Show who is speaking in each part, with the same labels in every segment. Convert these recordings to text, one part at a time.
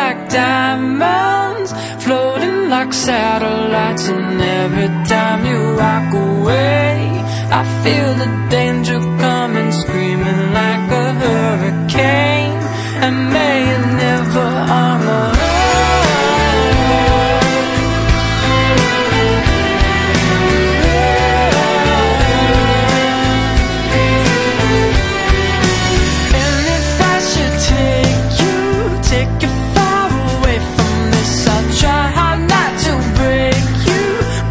Speaker 1: like diamonds, floating like satellites. And every time you walk away, I feel the danger coming, screaming like a hurricane. And may it never harm us. And if I should take you, take you far away from this, I'll try hard not to break you.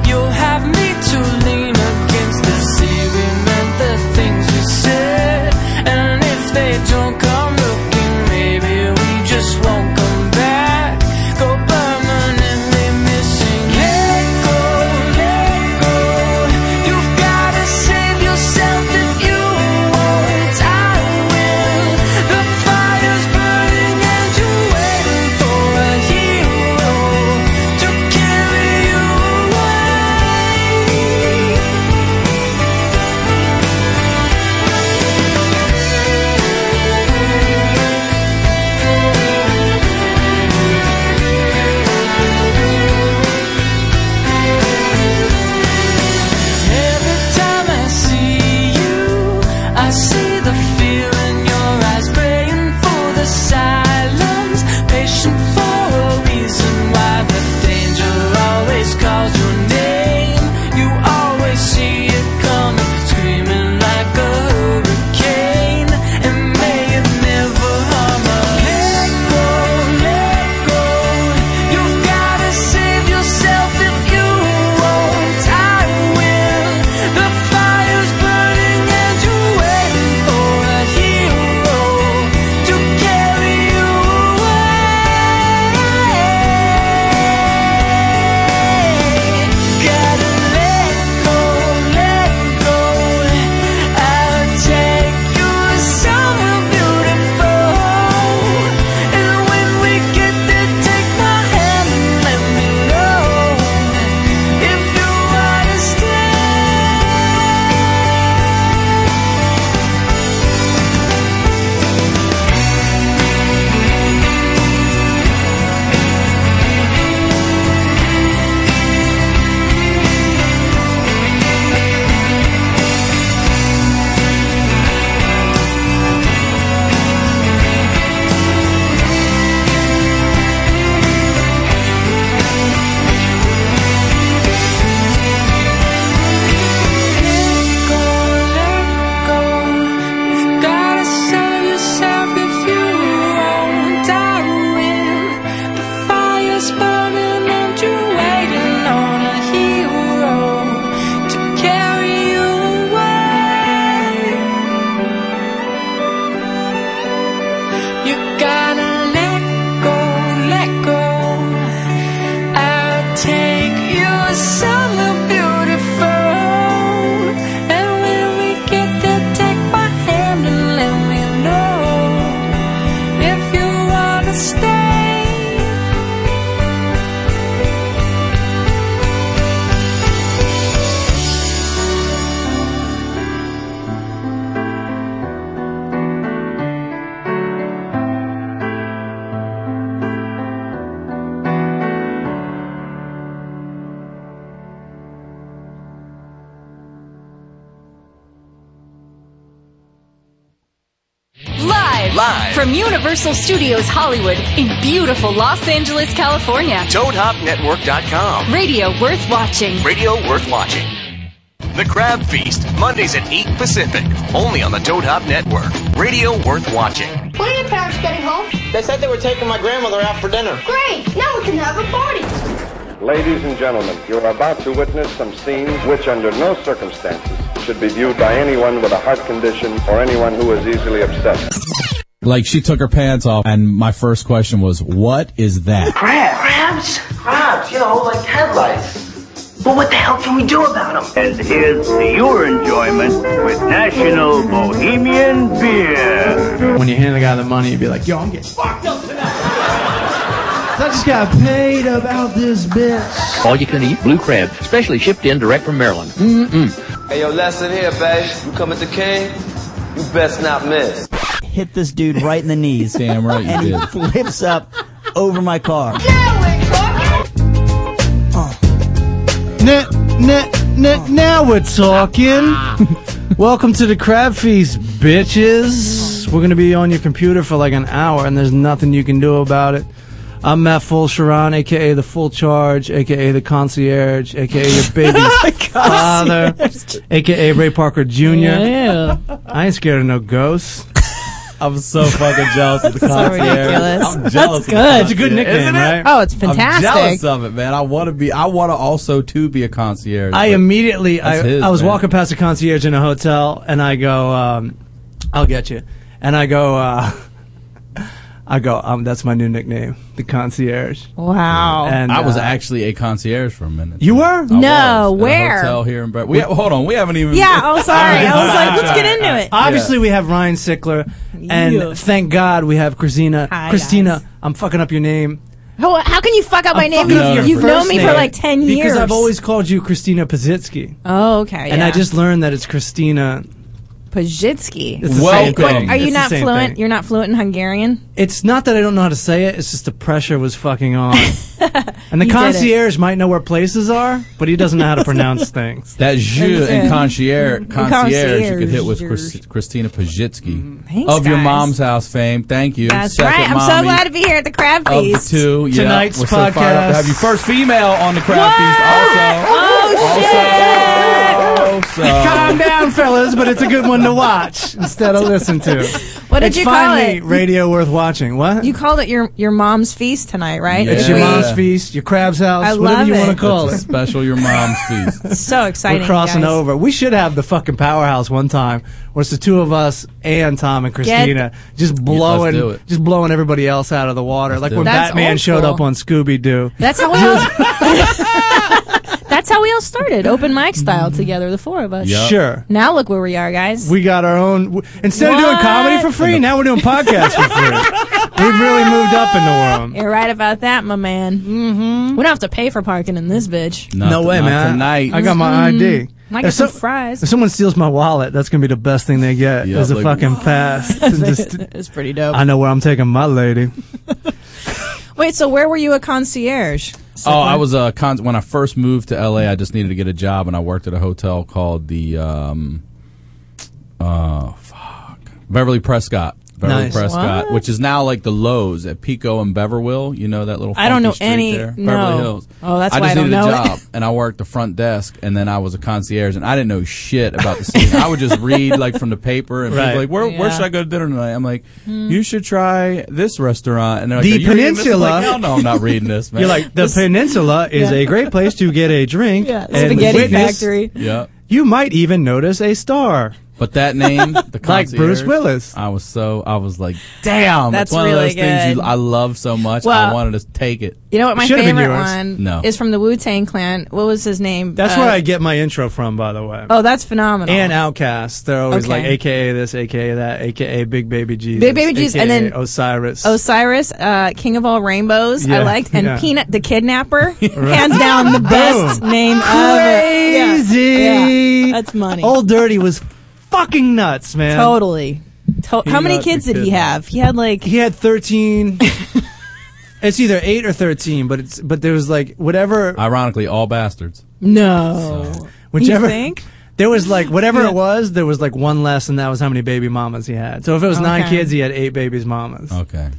Speaker 1: You'll have me to lean against the sea. Remember the things we said. And if they don't come looking, maybe we just won't come back. Go permanently missing. Let go, let go. You've gotta save yourself if you want. I will. The fire's burning and you're waiting for a hero to carry you away. Every time I see you, I see the fear in your eyes, praying for the silence, patient for a reason why the danger always calls your name. You always see it coming, screaming like a hurricane, and may it never harm us. Let go, let go. You've gotta save yourself if you won't. I will. The fire's burning and you're waiting for a hero to carry you away. Gotta let go, let go. I'll take you somewhere beautiful. And when we get there, take my hand and let me know if you wanna stay. You gotta let go, let go. I'll take you somewhere beautiful, and when we get there, take my hand and let me know if you wanna stay.
Speaker 2: Live,
Speaker 3: Live.
Speaker 2: from Universal Studios Hollywood in beautiful Los Angeles, California.
Speaker 3: ToadHopNetwork.com.
Speaker 2: Radio worth watching.
Speaker 3: Radio worth watching. The Crab Feast, Mondays at 8 Pacific, only on the Toad Hop Network. Radio worth watching.
Speaker 4: When are your parents getting home?
Speaker 5: They said they were taking my grandmother out for dinner.
Speaker 4: Great! Now we can have a party!
Speaker 6: Ladies and gentlemen, you are about to witness some scenes which, under no circumstances, should be viewed by anyone with a heart condition or anyone who is easily upset.
Speaker 7: Like she took her pants off, and my first question was, "What is that?"
Speaker 8: Crabs?
Speaker 5: Crabs, you know, like headlights.
Speaker 8: Well, what the hell can we do about them? And here's your enjoyment with National Bohemian Beer.
Speaker 9: When you hand the guy the money, you'd be like, yo, I'm getting fucked up tonight. I just got paid about this bitch.
Speaker 10: All you can eat blue crab, specially shipped in direct from Maryland.
Speaker 5: Hey, yo, lesson here, babe. You come at the king, you best not miss.
Speaker 11: Hit this dude right in the knees.
Speaker 7: Damn right you
Speaker 11: and he
Speaker 7: did.
Speaker 11: flips up over my car.
Speaker 12: Now, now, now, now we're talking. Welcome to the Crab Feast, bitches. We're going to be on your computer for like an hour, and there's nothing you can do about it. I'm Matt Full Sharon, aka the Full Charge, aka the Concierge, aka your baby's father, aka Ray Parker Jr.
Speaker 13: Yeah.
Speaker 12: I ain't scared of no ghosts.
Speaker 7: I'm so fucking jealous of the
Speaker 13: So
Speaker 7: concierge.
Speaker 13: ridiculous.
Speaker 7: I'm jealous.
Speaker 13: That's good. It's
Speaker 7: It's
Speaker 13: a good nickname,
Speaker 7: isn't it?
Speaker 13: right? Oh, it's
Speaker 7: I'm jealous
Speaker 13: fantastic.
Speaker 7: of it, man. I want to be. I want to also to be a concierge.
Speaker 12: I
Speaker 7: but
Speaker 12: immediately, I,
Speaker 7: that's his,
Speaker 12: I was
Speaker 7: man.
Speaker 12: walking past a concierge in a hotel, and I go, um, "I'll get you," and I go, uh, "I go, um, that's my new nickname, the concierge."
Speaker 13: Wow.
Speaker 12: And
Speaker 7: I was
Speaker 12: uh,
Speaker 7: actually a concierge for a minute.
Speaker 12: You were?
Speaker 13: No,
Speaker 7: At a
Speaker 13: where?
Speaker 7: hotel here in Bre- we, Hold on, we haven't even.
Speaker 13: Yeah, oh, sorry. I was like, let's get into it.
Speaker 12: Obviously, we have Ryan Sickler, and
Speaker 13: Yeah.
Speaker 12: thank God we have Christina.
Speaker 13: Hi,
Speaker 12: Christina, I'm fucking up your name.
Speaker 13: How, how can you fuck up my
Speaker 12: I'm
Speaker 13: name?
Speaker 12: fucking
Speaker 13: You've,
Speaker 12: up your
Speaker 13: you've
Speaker 12: first
Speaker 13: known me for
Speaker 12: name
Speaker 13: like 10 years.
Speaker 12: because I've always called you Christina Pazitsky,
Speaker 13: Oh, okay.
Speaker 12: and
Speaker 13: yeah.
Speaker 12: I just learned that it's Christina.
Speaker 13: Pajitsky.
Speaker 12: It's the same
Speaker 13: Wait,
Speaker 12: thing.
Speaker 13: Are you
Speaker 12: It's the
Speaker 13: not
Speaker 12: same
Speaker 13: fluent?
Speaker 12: thing.
Speaker 13: You're not fluent in Hungarian?
Speaker 12: It's not that I don't know how to say it. It's just the pressure was fucking on. and the
Speaker 13: You did it.
Speaker 12: concierge might know where places are, but he doesn't know how to pronounce things.
Speaker 7: That jeu and concierge, concierge, you could hit with
Speaker 13: Concierge. Mm-hmm.
Speaker 7: Chris, Christina Pajitsky
Speaker 13: Thanks,
Speaker 7: of your
Speaker 13: guys.
Speaker 7: mom's house fame. Thank you.
Speaker 13: That's
Speaker 7: Second
Speaker 13: right. I'm so
Speaker 7: mommy
Speaker 13: glad to be here at the Crab
Speaker 7: of
Speaker 13: Feast.
Speaker 7: the two. Yeah,
Speaker 12: Tonight's
Speaker 7: we're so fired up
Speaker 12: podcast.
Speaker 7: to have you first female on the crowd
Speaker 13: Oh,
Speaker 7: feast. Also, also,
Speaker 12: Calm down, fellas, but it's a good one to watch instead of listen to.
Speaker 13: What did
Speaker 12: it's
Speaker 13: you call
Speaker 12: finally
Speaker 13: it?
Speaker 12: radio worth watching. What?
Speaker 13: You called it your your mom's feast tonight, right?
Speaker 12: It's
Speaker 13: This
Speaker 12: your
Speaker 13: week.
Speaker 12: mom's feast, your crab's house,
Speaker 13: I
Speaker 12: whatever
Speaker 13: love
Speaker 12: you want
Speaker 13: it.
Speaker 12: to call
Speaker 7: It's a
Speaker 12: it.
Speaker 7: special your mom's feast.
Speaker 13: It's so exciting.
Speaker 12: We're crossing
Speaker 13: guys.
Speaker 12: over. We should have the fucking powerhouse one time, where it's the two of us and Tom and Christina just blowing,
Speaker 7: do it.
Speaker 12: just blowing everybody else out of the water, like
Speaker 7: do
Speaker 12: when
Speaker 7: it.
Speaker 13: That's
Speaker 12: Batman
Speaker 13: old
Speaker 12: showed
Speaker 13: school.
Speaker 12: up on Scooby Doo.
Speaker 13: That's how we all. That's how we all started, open mic style, together, the four of us.
Speaker 7: Yeah.
Speaker 12: Sure,
Speaker 13: Now look where we are, guys.
Speaker 12: we got our own. w- Instead of doing
Speaker 13: What?
Speaker 12: comedy for free, now we're doing podcasts for free. We've really moved up in the world.
Speaker 13: You're right about that, my man. Mm-hmm. We don't have to pay for parking in this bitch.
Speaker 7: Not
Speaker 12: no
Speaker 7: th-
Speaker 12: way,
Speaker 7: not
Speaker 12: man!
Speaker 7: Tonight,
Speaker 12: I got my ID.
Speaker 13: Mm-hmm. Might
Speaker 12: If
Speaker 13: get some
Speaker 12: some-
Speaker 13: fries.
Speaker 12: If someone steals my wallet, that's gonna be the best thing they get
Speaker 7: Yeah,
Speaker 12: is a
Speaker 7: like-
Speaker 12: fucking pass. And just-
Speaker 13: it's pretty dope.
Speaker 12: I know where I'm taking my lady.
Speaker 13: Wait, so where were you a concierge?
Speaker 7: Oh, I was a con- when I first moved to LA. I just needed to get a job, and I worked at a hotel called the um, uh, fuck Beverly Prescott. Beverly
Speaker 12: Nice.
Speaker 7: Prescott,
Speaker 13: What?
Speaker 7: which is now like the Lowe's at Pico and Beverwill. You know that little.
Speaker 13: I don't
Speaker 7: funky
Speaker 13: know
Speaker 7: street
Speaker 13: any-
Speaker 7: There?
Speaker 13: no.
Speaker 7: Beverly Hills.
Speaker 13: Oh, that's
Speaker 7: I
Speaker 13: why
Speaker 7: just
Speaker 13: I don't
Speaker 7: needed
Speaker 13: know
Speaker 7: a
Speaker 13: it.
Speaker 7: job, and I worked the front desk, and then I was a concierge, and I didn't know shit about the scene. I would just read like from the paper, and people
Speaker 12: Right.
Speaker 7: were like, where, where
Speaker 13: Yeah. Hmm.
Speaker 7: should I go to dinner tonight? I'm like, you should try this restaurant, and they're like,
Speaker 12: The
Speaker 7: "Are you reading this?" I'm
Speaker 12: Peninsula.
Speaker 7: Like, Hell no, I'm not reading this, man.
Speaker 12: You're like the peninsula is a great place to get a drink and
Speaker 13: Spaghetti
Speaker 12: witness-
Speaker 13: Factory.
Speaker 7: yeah.
Speaker 12: You might even notice a star.
Speaker 7: But that name, the
Speaker 12: Like
Speaker 7: concierge,
Speaker 12: Bruce Willis.
Speaker 7: I was so I was like, damn,
Speaker 13: That's
Speaker 7: it's one
Speaker 13: really
Speaker 7: of those things
Speaker 13: good.
Speaker 7: you, I love so much. I
Speaker 13: Well-
Speaker 7: wanted to take it.
Speaker 13: You know what my
Speaker 12: Should've been
Speaker 13: favorite
Speaker 12: yours.
Speaker 13: one
Speaker 7: No.
Speaker 13: is from the Wu Tang Clan. What was his name?
Speaker 12: That's
Speaker 13: Uh,
Speaker 12: where I get my intro from, by the way.
Speaker 13: Oh, that's phenomenal.
Speaker 12: And Outcast, they're always
Speaker 13: Okay.
Speaker 12: like AKA this, AKA that, AKA Big Baby Jesus,
Speaker 13: Big Baby Jesus, and
Speaker 12: AKA
Speaker 13: then-
Speaker 12: Osiris.
Speaker 13: Osiris, uh, King of All Rainbows, I
Speaker 12: Yeah,
Speaker 13: liked, and
Speaker 12: yeah. Oh.
Speaker 13: Peanut the Kidnapper, hands down the best name ever.
Speaker 12: Crazy.
Speaker 13: Yeah. That's money.
Speaker 12: Old Dirty was fucking nuts, man.
Speaker 13: Totally. To- how many
Speaker 12: Peanut
Speaker 13: kids
Speaker 12: the
Speaker 13: did he
Speaker 12: Kidnapper.
Speaker 13: have? He had like
Speaker 12: He had thirteen. it's either eight or thirteen, but it's but there was like whatever,
Speaker 7: Ironically, all bastards.
Speaker 13: no.
Speaker 12: whichever.
Speaker 13: You think?
Speaker 12: There was like whatever
Speaker 13: Yeah.
Speaker 12: it was. There was like one less, and that was how many baby mamas he had. So if it was nine
Speaker 13: Okay.
Speaker 12: kids, he had eight babies mamas.
Speaker 7: Okay,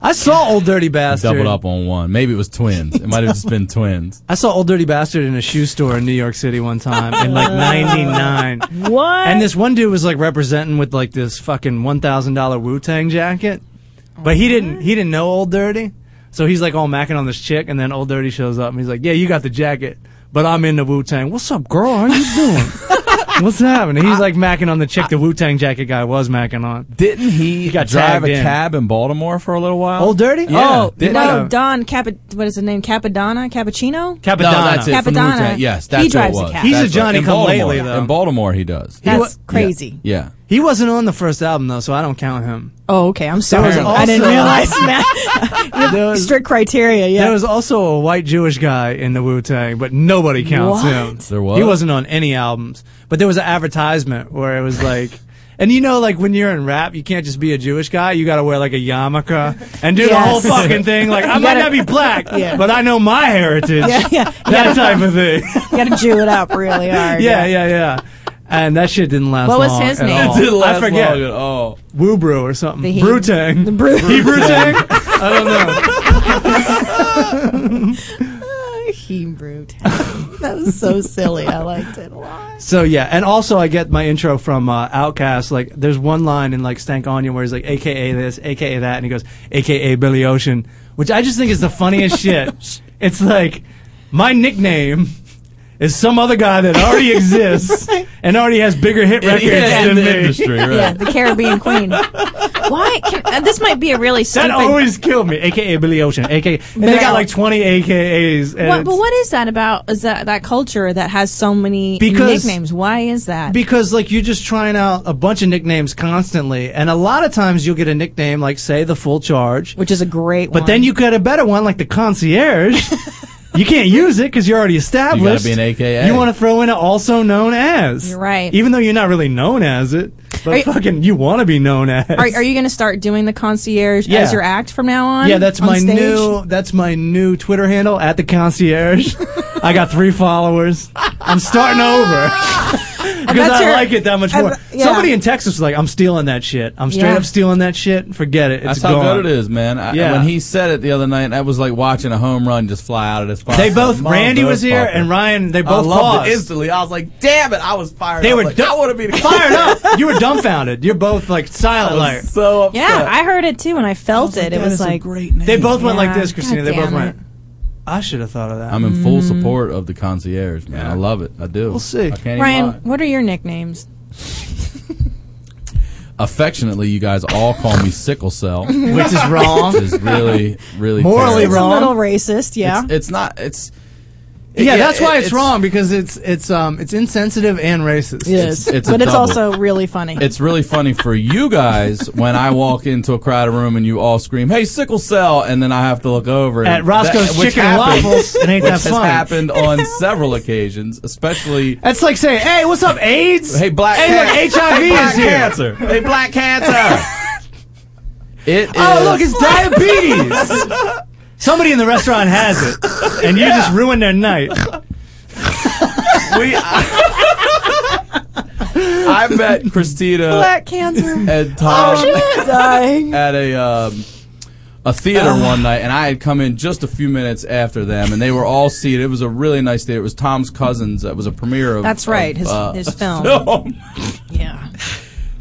Speaker 12: I saw Old Dirty Bastard.
Speaker 7: doubled up on one. Maybe it was twins. It might have just been twins.
Speaker 12: I saw Old Dirty Bastard in a shoe store in New York City one time in like '99.
Speaker 13: What?
Speaker 12: And this one dude was like representing with like this fucking one thousand dollar Wu Tang jacket, but he didn't he didn't know Old Dirty, so he's like all macking on this chick, and then Old Dirty shows up and he's like, "Yeah, you got the jacket, but I'm in the Wu Tang. What's up, girl? How you doing? What's happening?" He's like macking on the chick the Wu Tang jacket guy was macking on.
Speaker 7: Didn't he,
Speaker 12: got
Speaker 7: drive
Speaker 12: tagged
Speaker 7: a
Speaker 12: in.
Speaker 7: cab in Baltimore for a little while?
Speaker 12: Old Dirty?
Speaker 7: Yeah.
Speaker 12: Oh,
Speaker 7: Didn't-
Speaker 13: no,
Speaker 12: have-
Speaker 13: Don Cap. What is his name? Capadonna, Cappuccino.
Speaker 12: Capadonna.
Speaker 7: No, that's it. From the
Speaker 13: Capadonna.
Speaker 7: Wu-Tang. Yes,
Speaker 13: He
Speaker 7: that's who
Speaker 13: drives
Speaker 7: it
Speaker 13: a
Speaker 7: was.
Speaker 13: cab. He's
Speaker 12: a
Speaker 7: That's right.
Speaker 12: Johnny
Speaker 7: In
Speaker 12: come
Speaker 7: Baltimore.
Speaker 12: lately, though.
Speaker 7: In Baltimore, he does.
Speaker 12: He
Speaker 13: That's
Speaker 12: wa-
Speaker 13: crazy.
Speaker 7: Yeah.
Speaker 12: He wasn't on the first album though, so I don't count him.
Speaker 13: Oh, okay. I'm sorry.
Speaker 12: was
Speaker 13: I didn't
Speaker 12: also-
Speaker 13: realize that. You have
Speaker 12: There was-
Speaker 13: strict criteria. Yeah.
Speaker 12: There was also a white Jewish guy in the Wu Tang, but nobody counts
Speaker 13: What?
Speaker 12: him.
Speaker 7: There was?
Speaker 12: He wasn't on any albums, but there was an advertisement where it was like, And you know, like when you're in rap, you can't just be a Jewish guy. You got to wear like a yarmulke and do the
Speaker 11: Yes.
Speaker 12: whole fucking thing. Like I
Speaker 11: You
Speaker 12: might
Speaker 11: gotta-
Speaker 12: not be black,
Speaker 11: Yeah.
Speaker 12: but I know my heritage.
Speaker 11: Yeah, yeah. You gotta-
Speaker 12: That type of thing.
Speaker 11: Got to Jew it up really hard.
Speaker 12: yeah, yeah, yeah. And that shit didn't last.
Speaker 11: What was
Speaker 12: long
Speaker 11: his
Speaker 12: at
Speaker 7: Oh.
Speaker 11: name?
Speaker 12: all.
Speaker 11: It didn't
Speaker 12: I
Speaker 11: last
Speaker 12: forget.
Speaker 7: long Oh. at all.
Speaker 12: Woobrew or something.
Speaker 11: The he-
Speaker 12: Brutang. The
Speaker 11: Bru-
Speaker 12: Brutang. I don't know.
Speaker 11: Hebrew. That was so silly. I liked it a lot.
Speaker 12: So yeah, and also I get my intro from uh, Outcast. Like, there's one line in like Stank On You where he's like, AKA this, AKA that, and he goes, AKA Billy Ocean, which I just think is the funniest shit. It's like my nickname is some other guy that already exists and already has bigger hit
Speaker 11: Yeah,
Speaker 12: records
Speaker 11: in
Speaker 12: than
Speaker 11: the
Speaker 12: me.
Speaker 11: industry, right. Yeah, the Caribbean Queen. Why? Can, uh, this might be a really
Speaker 12: That
Speaker 11: stupid.
Speaker 12: always killed me. AKA Billy Ocean. AKA, and they got
Speaker 13: Bill.
Speaker 12: like 20 AKAs. And
Speaker 13: What,
Speaker 12: it's-
Speaker 13: but what is that about? Is that that culture that has so many
Speaker 12: Because-
Speaker 13: nicknames? Why is that?
Speaker 12: Because like you're just trying out a bunch of nicknames constantly, and a lot of times you'll get a nickname like say the full charge,
Speaker 13: which is a great.
Speaker 12: But then you get a better one like the concierge. you can't use it because you're already established.
Speaker 7: be an AKA.
Speaker 12: You want to throw in a also known as.
Speaker 13: You're right.
Speaker 12: Even though you're not really known as it, but
Speaker 13: Are you-
Speaker 12: fucking you want to be known as.
Speaker 13: are, are you going to start doing the concierge
Speaker 12: Yeah.
Speaker 13: as your act from now on?
Speaker 12: Yeah, that's
Speaker 13: On
Speaker 12: my
Speaker 13: stage?
Speaker 12: new that's my new Twitter handle at the concierge. I got three followers. I'm starting over because
Speaker 11: bet
Speaker 12: I
Speaker 11: you're-
Speaker 12: like it that much
Speaker 11: I
Speaker 12: more.
Speaker 11: bet- yeah.
Speaker 12: Somebody in Texas was like, "I'm stealing that shit. I'm straight
Speaker 7: Yeah.
Speaker 12: up stealing that shit. Forget it. It's
Speaker 7: That's how
Speaker 12: gone."
Speaker 7: good it is, man. I,
Speaker 12: Yeah.
Speaker 7: When he said it the other night, that was like watching a home run just fly out of this.
Speaker 12: They both. Randy was here and Ryan. They both
Speaker 7: I loved
Speaker 12: paused.
Speaker 7: it instantly. I was like, "Damn it!" I was fired.
Speaker 12: They
Speaker 7: up.
Speaker 12: were
Speaker 7: Like,
Speaker 12: du-
Speaker 7: I want to be the
Speaker 12: fired up. You were dumbfounded. You're both like silent.
Speaker 7: I
Speaker 12: Like
Speaker 7: was so upset.
Speaker 13: Yeah, I heard it too, and I felt it. it
Speaker 7: "That
Speaker 13: was
Speaker 7: is a
Speaker 13: like
Speaker 7: great name."
Speaker 12: they both went like
Speaker 13: Yeah.
Speaker 12: this, Christina. They
Speaker 13: God
Speaker 12: both
Speaker 13: damn
Speaker 12: went. I should have thought of that.
Speaker 7: I'm in full support of the concierge, man. I love it. I do.
Speaker 12: Mm. We'll see.
Speaker 7: I can't
Speaker 13: Ryan,
Speaker 7: even lie.
Speaker 13: what are your nicknames?
Speaker 7: Affectionately, you guys all call me sickle cell,
Speaker 13: Which is wrong.
Speaker 7: Which is really, really
Speaker 12: Morally
Speaker 7: terrible.
Speaker 12: wrong.
Speaker 11: A little racist, yeah.
Speaker 7: It's, it's not. It's
Speaker 12: Yeah,
Speaker 7: Yeah,
Speaker 12: that's why
Speaker 7: it-
Speaker 12: it's,
Speaker 7: it's-
Speaker 12: wrong because it's it's um it's insensitive and racist.
Speaker 7: Yes. It's- it's a
Speaker 11: but it's
Speaker 7: double.
Speaker 11: also really funny.
Speaker 7: it's really funny for you guys when I walk into a crowded room and you all scream, "Hey, sickle cell!" and then I have to look over
Speaker 12: At
Speaker 7: and
Speaker 12: Roscoe's
Speaker 7: which
Speaker 12: Chicken and Waffles, it ain't
Speaker 7: which
Speaker 12: that
Speaker 7: has
Speaker 12: funny.
Speaker 7: happened on several occasions, especially.
Speaker 12: That's like saying, "Hey, what's up, AIDS?
Speaker 7: Hey, black.
Speaker 12: Hey, look,
Speaker 7: can-
Speaker 12: HIV
Speaker 7: hey, black
Speaker 12: is here.
Speaker 7: cancer. Hey, black cancer. it is.
Speaker 12: Oh, look, it's diabetes. Somebody in the restaurant has it, and you just ruined their night.
Speaker 7: we, I, I met Christina
Speaker 11: Black cancer.
Speaker 7: and Tom
Speaker 11: Oh, shit. Dying.
Speaker 7: at a um, a theater one night, and I had come in just a few minutes after them, and they were all seated. It was a really nice theater. It was Tom's cousins. It was a premiere of
Speaker 13: That's right,
Speaker 7: of,
Speaker 13: his-
Speaker 7: uh,
Speaker 13: his film.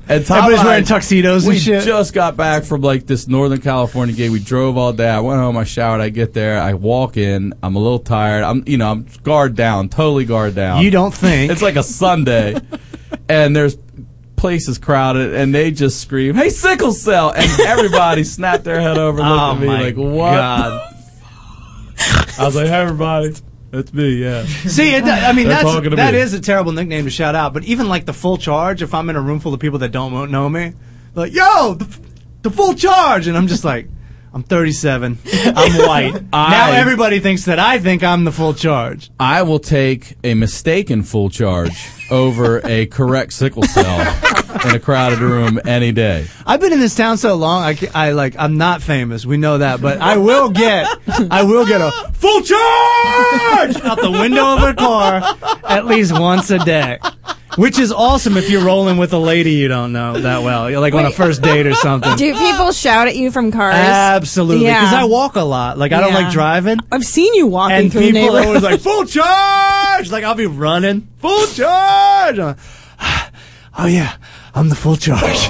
Speaker 7: And Tom
Speaker 12: Everybody's
Speaker 7: and I-
Speaker 12: wearing tuxedos and
Speaker 7: we
Speaker 12: shit.
Speaker 7: just got back from like this Northern California gig. We drove all day. I went home. I showered. I get there. I walk in. I'm a little tired. I'm you know I'm guard down, totally guard down.
Speaker 12: You don't think.
Speaker 7: it's like a Sunday, and there's places crowded, and they just scream, "Hey, sickle cell!" and everybody snapped their head over, and looked
Speaker 12: Oh
Speaker 7: at me
Speaker 12: my
Speaker 7: like, "What?"
Speaker 12: God.
Speaker 7: I was like, "Hey, everybody." That's me, yeah.
Speaker 12: See, it, I mean,
Speaker 7: They're
Speaker 12: that's,
Speaker 7: talking to
Speaker 12: that
Speaker 7: me.
Speaker 12: is a terrible nickname to shout out. But even like the full charge, if I'm in a room full of people that don't know me, like, yo, the, the full charge, and I'm just like, I'm 37, I'm white. now
Speaker 7: I-
Speaker 12: everybody thinks that I think I'm the full charge.
Speaker 7: I will take a mistaken full charge over a correct sickle cell in a crowded room any day.
Speaker 12: I've been in this town so long, I, ca- I like, I'm not famous. We know that, but I will get, I will get a full charge out the window of a car at least once a day. Which is awesome if you're rolling with a lady you don't know that well. You're like on a first date or something.
Speaker 13: Do people shout at you from cars?
Speaker 12: Absolutely, because
Speaker 13: Yeah.
Speaker 12: I walk a lot. Like I don't
Speaker 13: Yeah.
Speaker 12: like driving,
Speaker 13: I've seen you walking
Speaker 12: and
Speaker 13: through the
Speaker 12: people are
Speaker 13: neighborhood.
Speaker 12: always like full charge. Like I'll be running full charge. I'm like, oh yeah, I'm the full charge.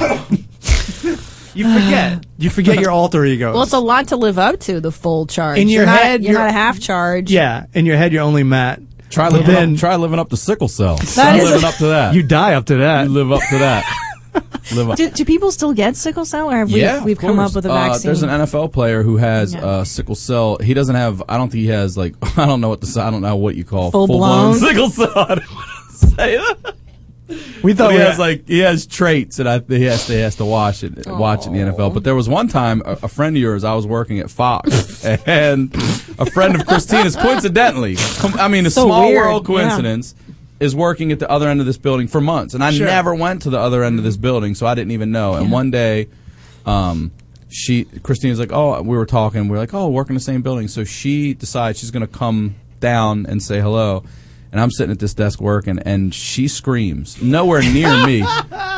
Speaker 12: you forget, you forget your alter ego.
Speaker 13: Well, it's a lot to live up to the full charge.
Speaker 12: In your
Speaker 13: you're not,
Speaker 12: head,
Speaker 13: you're,
Speaker 12: you're-
Speaker 13: not a half charge.
Speaker 12: yeah, in your head you're only Matt.
Speaker 7: Try
Speaker 12: But
Speaker 7: living,
Speaker 12: then-
Speaker 7: up, try living up to sickle cell.
Speaker 13: That
Speaker 7: Try
Speaker 13: is-
Speaker 7: living up to that.
Speaker 12: You die up to that.
Speaker 7: You live up to that. live up.
Speaker 13: Do, do people still get sickle cell, or have
Speaker 7: yeah,
Speaker 13: we,
Speaker 7: of
Speaker 13: we've come
Speaker 7: course.
Speaker 13: up with a
Speaker 7: Uh,
Speaker 13: vaccine?
Speaker 7: there's an NFL player who has
Speaker 13: Yeah.
Speaker 7: uh, sickle cell. He doesn't have. I don't think he has like. I don't know what the. I don't know what you call
Speaker 13: Full blown?
Speaker 7: sickle cell. I don't want to say that.
Speaker 12: We thought
Speaker 7: But
Speaker 12: we
Speaker 7: he
Speaker 12: had-
Speaker 7: has like he has traits, and I he has to he has to watch it watch it in the NFL. But there was one time a, a friend of yours, I was working at Fox, and a friend of Christina's, coincidentally, com- I mean, a
Speaker 13: So
Speaker 7: small
Speaker 13: weird,
Speaker 7: world
Speaker 13: yeah.
Speaker 7: coincidence. is working at the other end of this building for months, and I
Speaker 14: Sure.
Speaker 7: never went to the other end of this building, so I didn't even know. And one day, um, she Christina's like, "Oh, we were talking. We are like, oh, working the same building." So she decides she's going to come down and say hello. And I'm sitting at this desk working, and she screams nowhere near me.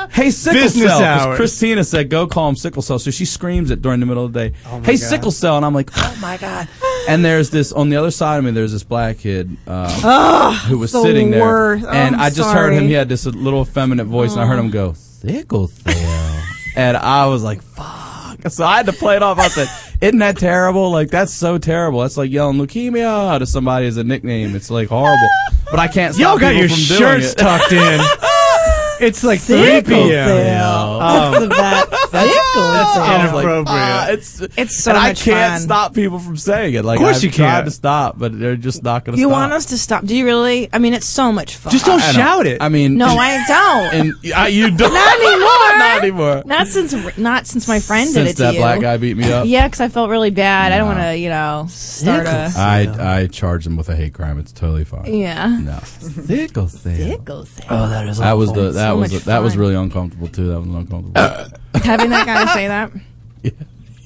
Speaker 7: hey, sickle
Speaker 12: Business
Speaker 7: cell! 'Cause
Speaker 12: hours.
Speaker 7: Christina said, "Go call him sickle cell." So she screams it during the middle of the day.
Speaker 12: Oh my
Speaker 7: hey,
Speaker 12: God.
Speaker 7: sickle cell! And I'm like, "Oh my god!" And there's this on the other side of me. There's this black kid um,
Speaker 15: Ugh,
Speaker 7: who was
Speaker 15: the
Speaker 7: sitting there,
Speaker 15: worst.
Speaker 12: Oh,
Speaker 7: and
Speaker 15: I'm
Speaker 7: I just
Speaker 15: sorry.
Speaker 7: heard him. He had this little effeminate voice, and I heard him go sickle cell, and I was like, "Fuck!" So I had to play it off. I said, "Isn't that terrible? Like that's so terrible. That's like yelling leukemia to somebody as a nickname. It's like horrible." But I can't. Stop
Speaker 12: Y'all got
Speaker 7: people
Speaker 12: your
Speaker 7: from doing
Speaker 12: shirts
Speaker 7: it.
Speaker 12: tucked in. It's like
Speaker 7: Sickle
Speaker 12: 3 p.m.
Speaker 7: cell.
Speaker 12: Um,
Speaker 7: That's, that's
Speaker 12: inappropriate.
Speaker 7: Oh. Ah, it's
Speaker 15: it's so
Speaker 7: and I
Speaker 15: much
Speaker 7: can't
Speaker 15: fun.
Speaker 7: stop people from saying it. Like,
Speaker 12: Of course
Speaker 7: I've
Speaker 12: you
Speaker 7: tried
Speaker 12: can't.
Speaker 7: to stop, but they're just not going to
Speaker 15: You
Speaker 7: stop.
Speaker 15: want us to stop? Do you really? I mean, it's so much fun.
Speaker 7: I it. I mean,
Speaker 15: No, I don't.
Speaker 7: And I, you don't.
Speaker 15: Not anymore.
Speaker 7: not anymore.
Speaker 13: Not since not since my friend did
Speaker 7: Since
Speaker 13: it to
Speaker 7: that
Speaker 13: you.
Speaker 7: black guy beat me up?
Speaker 13: Yeah, because I felt really bad. I don't
Speaker 7: No.
Speaker 13: want to, you know, start a.
Speaker 7: I I charge them with a hate crime. It's totally fine.
Speaker 13: Yeah.
Speaker 7: No. Sickle cell.
Speaker 12: Oh, that is.
Speaker 7: That was
Speaker 12: awful.
Speaker 7: the that
Speaker 13: So
Speaker 7: was
Speaker 13: much
Speaker 7: the- that was
Speaker 13: fun.
Speaker 7: really uncomfortable too. That was uncomfortable.
Speaker 13: Having that guy say that.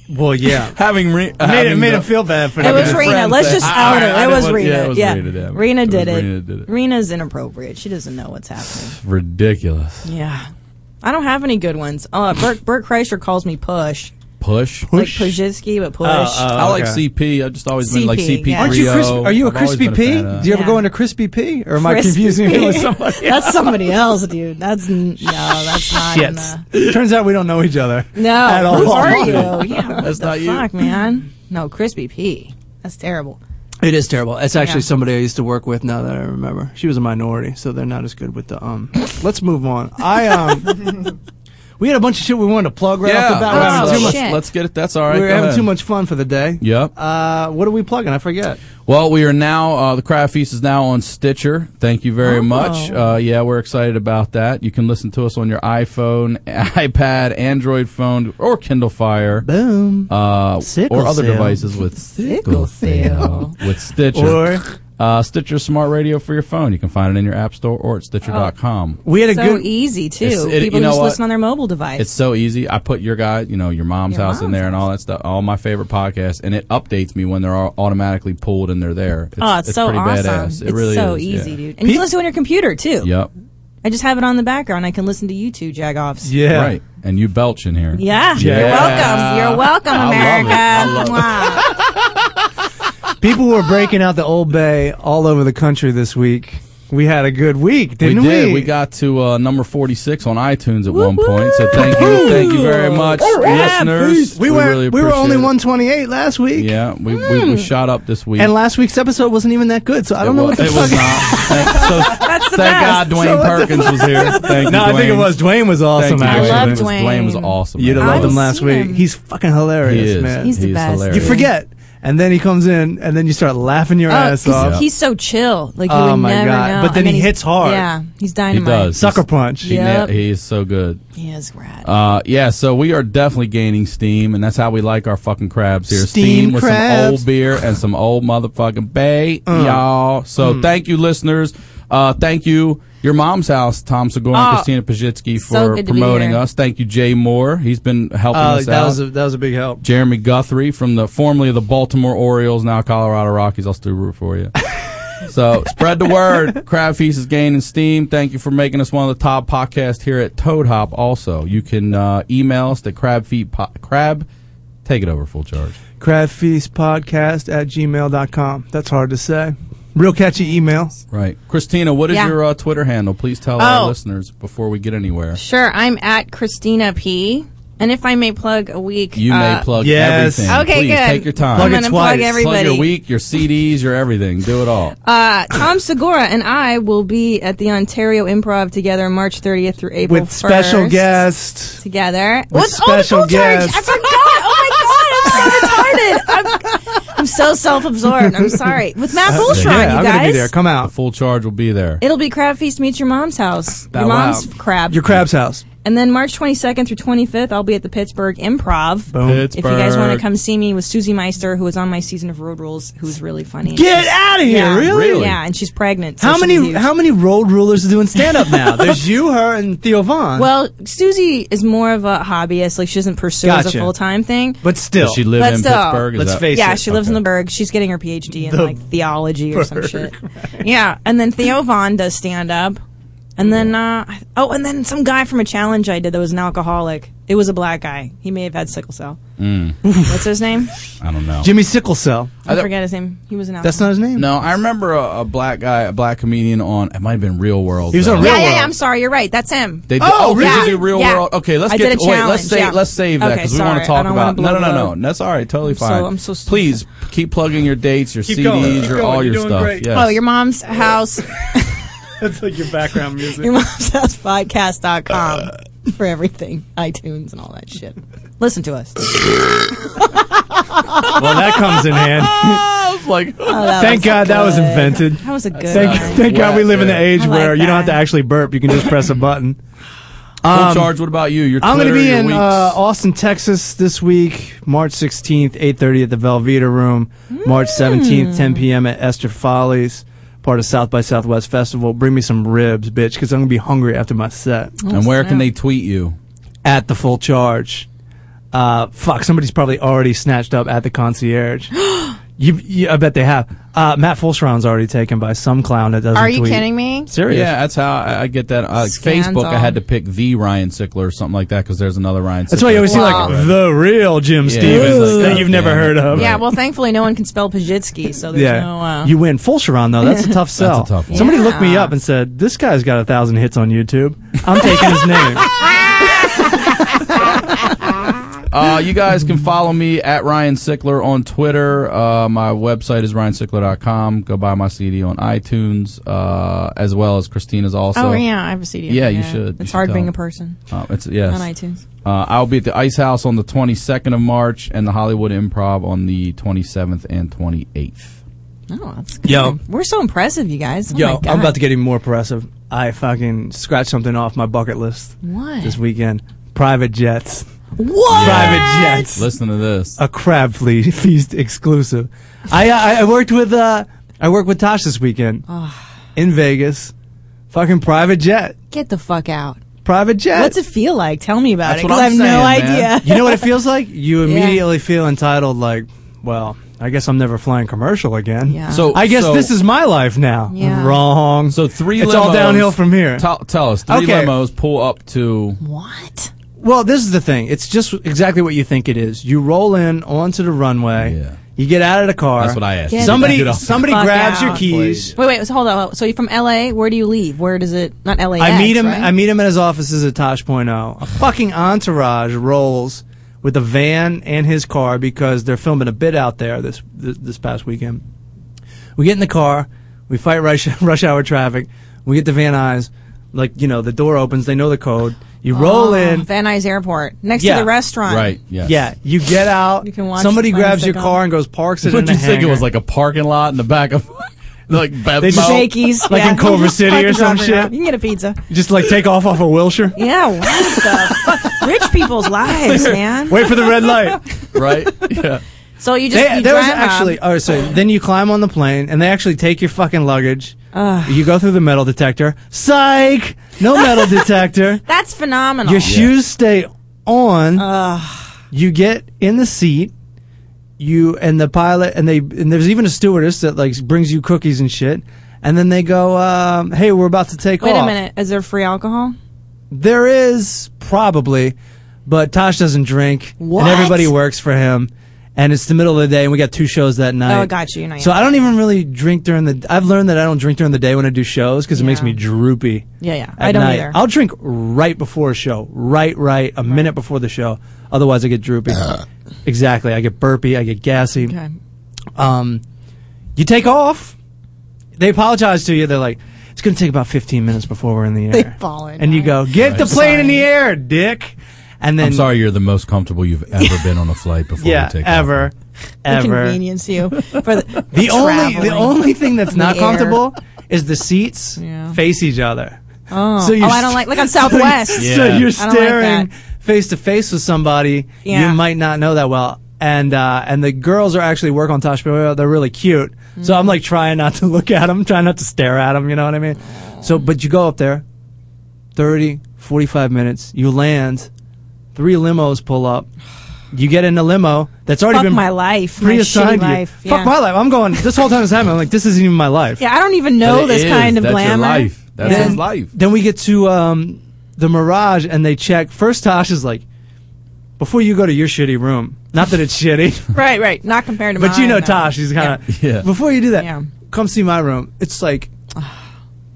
Speaker 12: well, yeah.
Speaker 7: having re-
Speaker 12: made it
Speaker 7: having
Speaker 12: made
Speaker 7: the-
Speaker 12: him feel bad for
Speaker 13: It
Speaker 12: the
Speaker 13: was
Speaker 12: guy.
Speaker 13: Rena. Let's just
Speaker 12: I-
Speaker 13: out
Speaker 12: I-
Speaker 13: her.
Speaker 12: I
Speaker 13: It was
Speaker 12: didn't want-
Speaker 13: Rena.
Speaker 12: yeah, it was
Speaker 13: Yeah,
Speaker 12: Rena, damn it.
Speaker 13: Rena
Speaker 12: It was
Speaker 13: did it.
Speaker 12: Rena did it.
Speaker 13: Rena's inappropriate. She doesn't know what's happening.
Speaker 7: ridiculous.
Speaker 13: Yeah. I don't have any good ones. Uh, Bert, Bert Kreischer calls me Push.
Speaker 7: Push. Uh,
Speaker 13: Like Pujitsky, but Push.
Speaker 7: I like CP. I've just always been like
Speaker 13: CP,
Speaker 7: CP.
Speaker 13: yeah.
Speaker 12: Aren't you
Speaker 7: Rio.
Speaker 12: Chris, are you a
Speaker 7: I've always
Speaker 12: crispy
Speaker 7: been
Speaker 12: P?
Speaker 7: fan of-
Speaker 12: Do you ever go into crispy P, or am I
Speaker 13: Crispy
Speaker 12: confusing
Speaker 13: P.
Speaker 12: you with somebody?
Speaker 13: That's somebody else, dude. That's n- no, that's not. in the-
Speaker 12: Shit. Turns out we don't know each other.
Speaker 13: No,
Speaker 12: At all.
Speaker 13: who are you? Yeah, what
Speaker 12: That's
Speaker 13: the
Speaker 12: not you.
Speaker 13: fuck, man. No, crispy P. That's terrible.
Speaker 12: It is terrible. It's actually
Speaker 13: Yeah.
Speaker 12: somebody I used to work with. Now that I remember, she was a minority, so they're not as good with the um. Let's move on. I um. We had a bunch of shit we wanted to plug right
Speaker 7: Yeah,
Speaker 12: off the bat. We're
Speaker 7: let's-
Speaker 12: having
Speaker 13: Oh,
Speaker 12: too much-
Speaker 7: let's, let's get it. That's all right.
Speaker 12: we were
Speaker 7: go
Speaker 12: having
Speaker 7: ahead.
Speaker 12: too much fun for the day.
Speaker 7: Yep.
Speaker 12: Uh, what are we plugging? I forget.
Speaker 7: Well, we are now, uh, the Craft Feast is now on Stitcher. Thank you
Speaker 12: Oh.
Speaker 7: very much. Uh, yeah, we're excited about that. You can listen to us on your iPhone, iPad, Android phone, or Kindle Fire.
Speaker 12: Boom.
Speaker 7: Uh,
Speaker 12: Sickle
Speaker 7: or other
Speaker 12: cell.
Speaker 7: devices with
Speaker 12: Sickle
Speaker 7: cell. With Stitcher.
Speaker 12: Or-
Speaker 7: uh, Stitcher Smart Radio for your phone. You can find it in your App Store or at Stitcher.com.
Speaker 12: We had a
Speaker 13: so
Speaker 12: good-
Speaker 13: easy too.
Speaker 7: It's- it-
Speaker 13: People
Speaker 7: you know
Speaker 13: just
Speaker 7: what?
Speaker 13: listen on their mobile device.
Speaker 7: It's so easy. I put your guy, you know, your mom's house in there and all that stuff, all my favorite podcasts, and it updates me when they're all automatically pulled and they're there. It's,
Speaker 13: oh, it's, so
Speaker 7: pretty
Speaker 13: awesome.
Speaker 7: badass. It
Speaker 13: it's
Speaker 7: really
Speaker 13: so
Speaker 7: is, yeah.
Speaker 13: easy, dude. And you can listen to it on your computer too.
Speaker 7: Yep.
Speaker 13: I just have it on the background. I can listen to you two jagoffs.
Speaker 7: Right. And you belch in here.
Speaker 13: Yeah. You're welcome. You're welcome,
Speaker 7: I love it.
Speaker 13: America.
Speaker 7: I love it.
Speaker 13: Mwah.
Speaker 12: People were breaking out the old bay all over the country this week. We had a good week,
Speaker 7: We
Speaker 12: didn't we?
Speaker 7: did. We got to uh, number 46 on iTunes at one point. So thank you. Thank you very much, listeners.
Speaker 12: We, were
Speaker 7: really
Speaker 12: we were only
Speaker 7: appreciate it.
Speaker 12: 128 last week,
Speaker 7: Yeah, we, we, we
Speaker 12: Mm.
Speaker 7: shot up this week.
Speaker 12: and last week's episode wasn't even that good. So I don't know
Speaker 7: was-
Speaker 12: what the
Speaker 7: it
Speaker 12: fuck.
Speaker 7: was not.
Speaker 13: That's the
Speaker 7: Thank
Speaker 13: best.
Speaker 7: God Dwayne
Speaker 12: So what the
Speaker 7: Perkins
Speaker 12: fuck?
Speaker 7: was here. Thank you,
Speaker 12: No, I think it
Speaker 7: Dwayne.
Speaker 12: was. Dwayne was awesome,
Speaker 7: Thank you,
Speaker 12: actually.
Speaker 13: I love Dwayne.
Speaker 7: Dwayed was awesome.
Speaker 12: You'd have
Speaker 7: man.
Speaker 12: loved him last week. He's fucking hilarious,
Speaker 7: He is.
Speaker 12: man.
Speaker 13: He's the He is best. hilarious.
Speaker 12: You forget, and then he comes in, and then you start laughing your
Speaker 13: Oh,
Speaker 12: ass
Speaker 13: 'cause
Speaker 12: off.
Speaker 13: He's so chill. Like you
Speaker 12: Oh
Speaker 13: would
Speaker 12: my
Speaker 13: never
Speaker 12: God.
Speaker 13: know.
Speaker 12: But then
Speaker 13: And
Speaker 12: he
Speaker 13: he's-
Speaker 12: hits hard.
Speaker 13: Yeah, he's
Speaker 7: He
Speaker 13: dynamite.
Speaker 7: does.
Speaker 12: Sucker punch.
Speaker 7: He,
Speaker 13: Yep.
Speaker 7: na- he is so good.
Speaker 13: He is rad.
Speaker 7: Uh, yeah, so we are definitely gaining steam, and that's how we like our fucking crabs here.
Speaker 12: Steam
Speaker 7: with
Speaker 12: crabs.
Speaker 7: some old beer and some old motherfucking bay,
Speaker 12: Mm.
Speaker 7: y'all. So
Speaker 12: Mm.
Speaker 7: thank you, listeners. Uh, thank you, your mom's house, Tom Segura and
Speaker 12: Oh,
Speaker 7: Christina Pajitsky,
Speaker 12: so
Speaker 7: for
Speaker 12: good to be
Speaker 7: promoting
Speaker 12: here.
Speaker 7: us. Thank you, Jay Moore. He's been helping
Speaker 12: Uh,
Speaker 7: us
Speaker 12: that
Speaker 7: out.
Speaker 12: was a, that was a big help.
Speaker 7: Jeremy Guthrie from the formerly of the Baltimore Orioles, now Colorado Rockies. I'll still root for you. so spread the word. Crab Feast is gaining steam. Thank you for making us one of the top podcasts here at Toad Hop. Also, you can uh, email us at Crab Feet po- Crab. Take it over full charge.
Speaker 12: Crabfeastpodcast at gmail.com. That's hard to say. Real catchy email.
Speaker 7: Right, Christina. What is
Speaker 13: Yeah.
Speaker 7: your uh, Twitter handle? Please tell our
Speaker 13: Oh.
Speaker 7: listeners before we get anywhere.
Speaker 13: Sure, I'm at Christina P. And if I may plug a week,
Speaker 7: You
Speaker 13: uh,
Speaker 7: may plug
Speaker 12: yes.
Speaker 7: everything.
Speaker 13: Okay,
Speaker 7: Please,
Speaker 13: good.
Speaker 7: Take your time.
Speaker 13: Plug I'm it gonna plug twice.
Speaker 7: Plug
Speaker 13: everybody.
Speaker 7: your week, your CDs, your everything. Do it all.
Speaker 13: Uh, Tom Segura and I will be at the Ontario Improv together March 30th through April
Speaker 12: With special
Speaker 13: 1st
Speaker 12: guest.
Speaker 13: together.
Speaker 12: With
Speaker 13: What's oh, the
Speaker 12: special
Speaker 13: full charge?
Speaker 12: guest.
Speaker 13: I forgot. Oh my god, I'm so retarded. I'm, I'm so self-absorbed. I'm sorry. With Matt Bullshron,
Speaker 7: Yeah,
Speaker 13: you
Speaker 7: I'm
Speaker 13: guys.
Speaker 7: gonna be there.
Speaker 12: Come out.
Speaker 7: The full charge will be there.
Speaker 13: It'll be crab feast. Meet your mom's house.
Speaker 7: Bow
Speaker 13: your mom's
Speaker 7: wow.
Speaker 13: crab.
Speaker 12: Your crab's house.
Speaker 15: And then March 22nd through 25th, I'll be at the Pittsburgh Improv.
Speaker 12: Boom.
Speaker 15: If you guys want
Speaker 12: Pittsburgh.
Speaker 15: to come see me with Susie Meister, who was on my season of Road Rules, who's really funny.
Speaker 12: Get
Speaker 15: She's-
Speaker 12: outta here,
Speaker 15: Yeah.
Speaker 12: really? Really?
Speaker 15: Yeah, and she's pregnant. so
Speaker 12: how
Speaker 15: she'll be
Speaker 12: many
Speaker 15: huge.
Speaker 12: how many road rulers are doing stand up now? There's you, her, and Theo Vaughn.
Speaker 15: Well, Susie is more of a hobbyist. Like she doesn't pursue it as
Speaker 12: Gotcha.
Speaker 15: a full time thing.
Speaker 12: But still. Does she live
Speaker 15: But
Speaker 12: in
Speaker 15: still.
Speaker 12: Pittsburgh? Is Let's that- face
Speaker 15: uh, yeah,
Speaker 12: it.
Speaker 15: she lives in the Berg. She's getting her PhD in
Speaker 12: The
Speaker 15: like theology or some
Speaker 12: Berg,
Speaker 15: shit. Yeah, and then Theo Vaughn does stand up, and then uh, oh, and then some guy from a challenge I did that was an alcoholic. It was a black guy. He may have had sickle cell.
Speaker 7: Mm.
Speaker 15: What's his name?
Speaker 7: I don't know.
Speaker 12: Jimmy Sickle Cell.
Speaker 15: I forget his name. He was an alcoholic.
Speaker 12: his name.
Speaker 7: No, I remember a, a black guy, a black comedian on. It might have been Real World.
Speaker 12: He was
Speaker 7: though.
Speaker 12: on
Speaker 15: yeah, yeah, yeah. I'm sorry. You're right. That's him.
Speaker 7: They did, oh, they did do real world. Okay, let's
Speaker 15: I
Speaker 7: get
Speaker 15: did a
Speaker 7: to, wait. Let's
Speaker 15: challenge,
Speaker 7: save
Speaker 15: yeah.
Speaker 7: let's save that
Speaker 15: Okay,
Speaker 7: because we want
Speaker 15: sorry.
Speaker 7: to
Speaker 15: I
Speaker 7: talk
Speaker 15: don't wanna
Speaker 7: about. No, no,
Speaker 15: blow it
Speaker 7: no,
Speaker 15: up.
Speaker 7: no. That's all right. Totally
Speaker 15: I'm so-
Speaker 7: fine.
Speaker 15: I'm so stupid.
Speaker 7: Please keep plugging your dates, your CDs,
Speaker 12: Keep going, keep
Speaker 7: your
Speaker 12: going,
Speaker 7: all your
Speaker 12: you're doing
Speaker 7: stuff.
Speaker 12: great.
Speaker 7: Yes.
Speaker 15: Oh, your mom's house.
Speaker 12: That's like your background music.
Speaker 15: Your mom's house podcast.com for everything, iTunes and all that shit. Listen to us.
Speaker 12: well, that comes in hand.
Speaker 7: like,
Speaker 15: Oh, that
Speaker 12: thank
Speaker 15: was
Speaker 12: God that was
Speaker 15: good.
Speaker 12: invented.
Speaker 15: That was a good
Speaker 12: Thank,
Speaker 15: one.
Speaker 12: thank God we
Speaker 7: Yeah,
Speaker 12: live in the
Speaker 7: yeah.
Speaker 12: age
Speaker 15: I like
Speaker 12: where you don't have to actually burp; you can just press a button.
Speaker 7: Full
Speaker 12: Um,
Speaker 7: charge. What about you? Your
Speaker 12: I'm
Speaker 7: going to
Speaker 12: be in uh, Austin, Texas this week, March 16th, 8:30 at the Velveeta Room, March 17th,
Speaker 15: Mm.
Speaker 12: 10 p.m. at Esther Follies, part of South by Southwest Festival. Bring me some ribs, bitch, because I'm gonna be hungry after my set.
Speaker 7: Oh, And where can snap. they tweet you?
Speaker 12: At the full charge. Uh, fuck, somebody's probably already snatched up at the concierge. you, you, I bet they have. Uh, Matt Fulsround's already taken by some clown that doesn't.
Speaker 15: Are you
Speaker 12: tweet.
Speaker 15: kidding me?
Speaker 12: Serious?
Speaker 7: Yeah, that's how I, I get that. Uh,
Speaker 15: Scandal.
Speaker 7: Facebook, I had to pick the Ryan Sickler or something like that because there's another Ryan. Sickler.
Speaker 12: That's why you always see
Speaker 15: Wow.
Speaker 12: like the real Jim
Speaker 7: Yeah.
Speaker 12: Stevens
Speaker 7: Ooh.
Speaker 12: that you've never
Speaker 7: Yeah.
Speaker 12: heard of.
Speaker 15: Yeah, well, thankfully no one can spell Pajitsky, so there's
Speaker 12: yeah,
Speaker 15: no. Uh,
Speaker 12: you win full Sharon though. That's a tough
Speaker 7: That's
Speaker 12: sell.
Speaker 7: a tough one.
Speaker 12: Somebody
Speaker 15: Yeah.
Speaker 12: looked me up and said this guy's got a thousand hits on YouTube. I'm taking his name.
Speaker 7: Uh, you guys can follow me at Ryan Sickler on Twitter. Uh, my website is ryansickler.com. Go buy my CD on iTunes, uh, as well as Christina's also.
Speaker 15: oh yeah, I have a CD.
Speaker 7: Yeah, you should. You
Speaker 15: It's
Speaker 7: should
Speaker 15: hard being
Speaker 7: tell.
Speaker 15: a person.
Speaker 7: Uh, it's yes.
Speaker 15: On iTunes.
Speaker 7: Uh, I'll be at the Ice House on the 22nd of March and the Hollywood Improv on the 27th and 28th.
Speaker 15: Oh, that's good.
Speaker 12: Yo.
Speaker 15: we're so impressive, you guys. Oh
Speaker 12: Yo,
Speaker 15: my God.
Speaker 12: I'm about to get even more impressive. I fucking scratched something off my bucket list.
Speaker 15: What?
Speaker 12: This weekend, private jets.
Speaker 15: What?
Speaker 12: Private jets.
Speaker 7: Listen to this.
Speaker 12: A crab flea feast exclusive. I I, I worked with uh I worked with Tosh this weekend
Speaker 15: Ah.
Speaker 12: in Vegas. Fucking private jet.
Speaker 15: Get the fuck out.
Speaker 12: Private jet.
Speaker 15: What's it feel like? Tell me about
Speaker 7: That's
Speaker 15: it.
Speaker 7: what
Speaker 15: 'cause I have
Speaker 7: I'm
Speaker 15: no
Speaker 7: saying,
Speaker 15: idea.
Speaker 7: man.
Speaker 12: You know what it feels like? You
Speaker 15: Yeah.
Speaker 12: immediately feel entitled, like, well, I guess I'm never flying commercial again.
Speaker 15: Yeah.
Speaker 7: So-
Speaker 12: I guess
Speaker 7: so-
Speaker 12: this is my life now.
Speaker 15: Yeah.
Speaker 12: Wrong.
Speaker 7: So three
Speaker 12: It's
Speaker 7: limos.
Speaker 12: all downhill from here.
Speaker 7: Tell, tell us. Three
Speaker 12: Okay.
Speaker 7: limos pull up to.
Speaker 15: What?
Speaker 12: Well, this is the thing. It's just exactly what you think it is. You roll in onto the runway.
Speaker 7: Yeah.
Speaker 12: You get out of the car.
Speaker 7: That's what I asked.
Speaker 15: Get
Speaker 12: Somebody,
Speaker 7: Get off.
Speaker 12: somebody
Speaker 15: Fuck
Speaker 12: grabs your
Speaker 15: out.
Speaker 12: keys.
Speaker 15: Wait, wait. So hold on. So you're from LA. Where do you leave? Where does it? Not LA.
Speaker 12: I meet him.
Speaker 15: Right?
Speaker 12: I meet him at his offices at Tosh.0. A fucking entourage rolls with a van and his car because they're filming a bit out there this this, this past weekend. We get in the car. We fight rush rush hour traffic. We get to Van Nuys. Like you know, the door opens. They know the code. You roll
Speaker 15: Oh,
Speaker 12: in.
Speaker 15: Van Nuys Airport, next
Speaker 12: Yeah.
Speaker 15: to the restaurant.
Speaker 7: Right. Yes.
Speaker 12: Yeah, you get out.
Speaker 15: You can watch
Speaker 12: somebody
Speaker 15: the planes
Speaker 12: grabs
Speaker 15: that
Speaker 12: your
Speaker 15: go.
Speaker 12: car and goes parks it in
Speaker 7: What
Speaker 12: a
Speaker 7: you think it
Speaker 12: hangar.
Speaker 7: was like a parking lot in the back of like Bevmo?
Speaker 12: They just-
Speaker 15: Shakey's,
Speaker 12: Like
Speaker 15: yeah.
Speaker 12: in Culver
Speaker 15: Just
Speaker 12: City or
Speaker 15: fucking
Speaker 12: some
Speaker 15: driving
Speaker 12: shit.
Speaker 15: around. You can get a pizza.
Speaker 12: just like take off off of Wilshire.
Speaker 15: Yeah. What the fuck? Rich people's lives, man.
Speaker 12: Wait for the red light.
Speaker 7: right? Yeah.
Speaker 15: So you just
Speaker 12: They-
Speaker 15: you
Speaker 12: there was
Speaker 15: drive up.
Speaker 12: actually. Oh, so then you climb on the plane, and they actually take your fucking luggage. You go through the metal detector. Psych! No metal detector.
Speaker 15: That's phenomenal.
Speaker 12: Your shoes stay on. You get in the seat. You and the pilot, and they and there's even a stewardess that like brings you cookies and shit. And then they go, um, "Hey, we're about to take
Speaker 15: Wait
Speaker 12: off."
Speaker 15: a minute. Is there free alcohol?
Speaker 12: There is probably, but Tosh doesn't drink,
Speaker 15: What?
Speaker 12: and everybody works for him. And it's the middle of the day, and we got two shows that night.
Speaker 15: Oh, got you. You're not
Speaker 12: So
Speaker 15: yet.
Speaker 12: I don't even really drink during the. I've learned that I don't drink during the day when I do shows because it makes me droopy.
Speaker 15: Yeah, yeah.
Speaker 12: at
Speaker 15: I don't
Speaker 12: night.
Speaker 15: either.
Speaker 12: I'll drink right before a show, right, right, a minute before the show. Otherwise, I get droopy. exactly, I get burpy, I get gassy.
Speaker 15: Okay.
Speaker 12: Um, you take off. They apologize to you. They're like, it's going to take about 15 minutes before we're in the air.
Speaker 15: They fall in,
Speaker 12: And you
Speaker 15: right?
Speaker 12: go, get
Speaker 7: Right.
Speaker 12: the plane in the air, dick. And then
Speaker 7: I'm sorry, you're the most comfortable you've ever been on a flight before
Speaker 12: Yeah,
Speaker 7: we take
Speaker 12: ever,
Speaker 7: Off.
Speaker 12: ever.
Speaker 15: Inconvenience you for the,
Speaker 12: The only the
Speaker 15: traveling.
Speaker 12: only thing that's
Speaker 15: In the
Speaker 12: not
Speaker 15: air.
Speaker 12: comfortable is the seats
Speaker 15: Yeah.
Speaker 12: face each other.
Speaker 15: Oh,
Speaker 12: So you're
Speaker 15: oh I don't
Speaker 12: st-
Speaker 15: like like on Southwest.
Speaker 12: So you're
Speaker 15: I don't like
Speaker 12: staring
Speaker 15: that.
Speaker 12: face to face with somebody
Speaker 15: Yeah.
Speaker 12: you might not know that well. And uh, and the girls are actually work on Tosh Boyle. They're really cute. So I'm like trying not to look at them, trying not to stare at them. You know what I mean? So, but you go up there, 30, 45 minutes. You land. Three limos pull up. You get in a limo that's already
Speaker 15: Fuck
Speaker 12: been
Speaker 15: my life, my shitty
Speaker 12: pre-assigned to you.
Speaker 15: life, yeah.
Speaker 12: Fuck my life. I'm going. This whole time is happening. I'm like, this isn't even my life.
Speaker 15: Yeah, I don't even know this kind of glamour. Yeah.
Speaker 12: Then we get to um, the Mirage, and they check. First, Tosh is like, "Before you go to your shitty room, not that it's shitty,
Speaker 15: Right, right. Not compared to
Speaker 12: but you
Speaker 15: mine,
Speaker 12: know
Speaker 15: though.
Speaker 12: Tosh. She's kind of Before you do that, come see my room. It's like,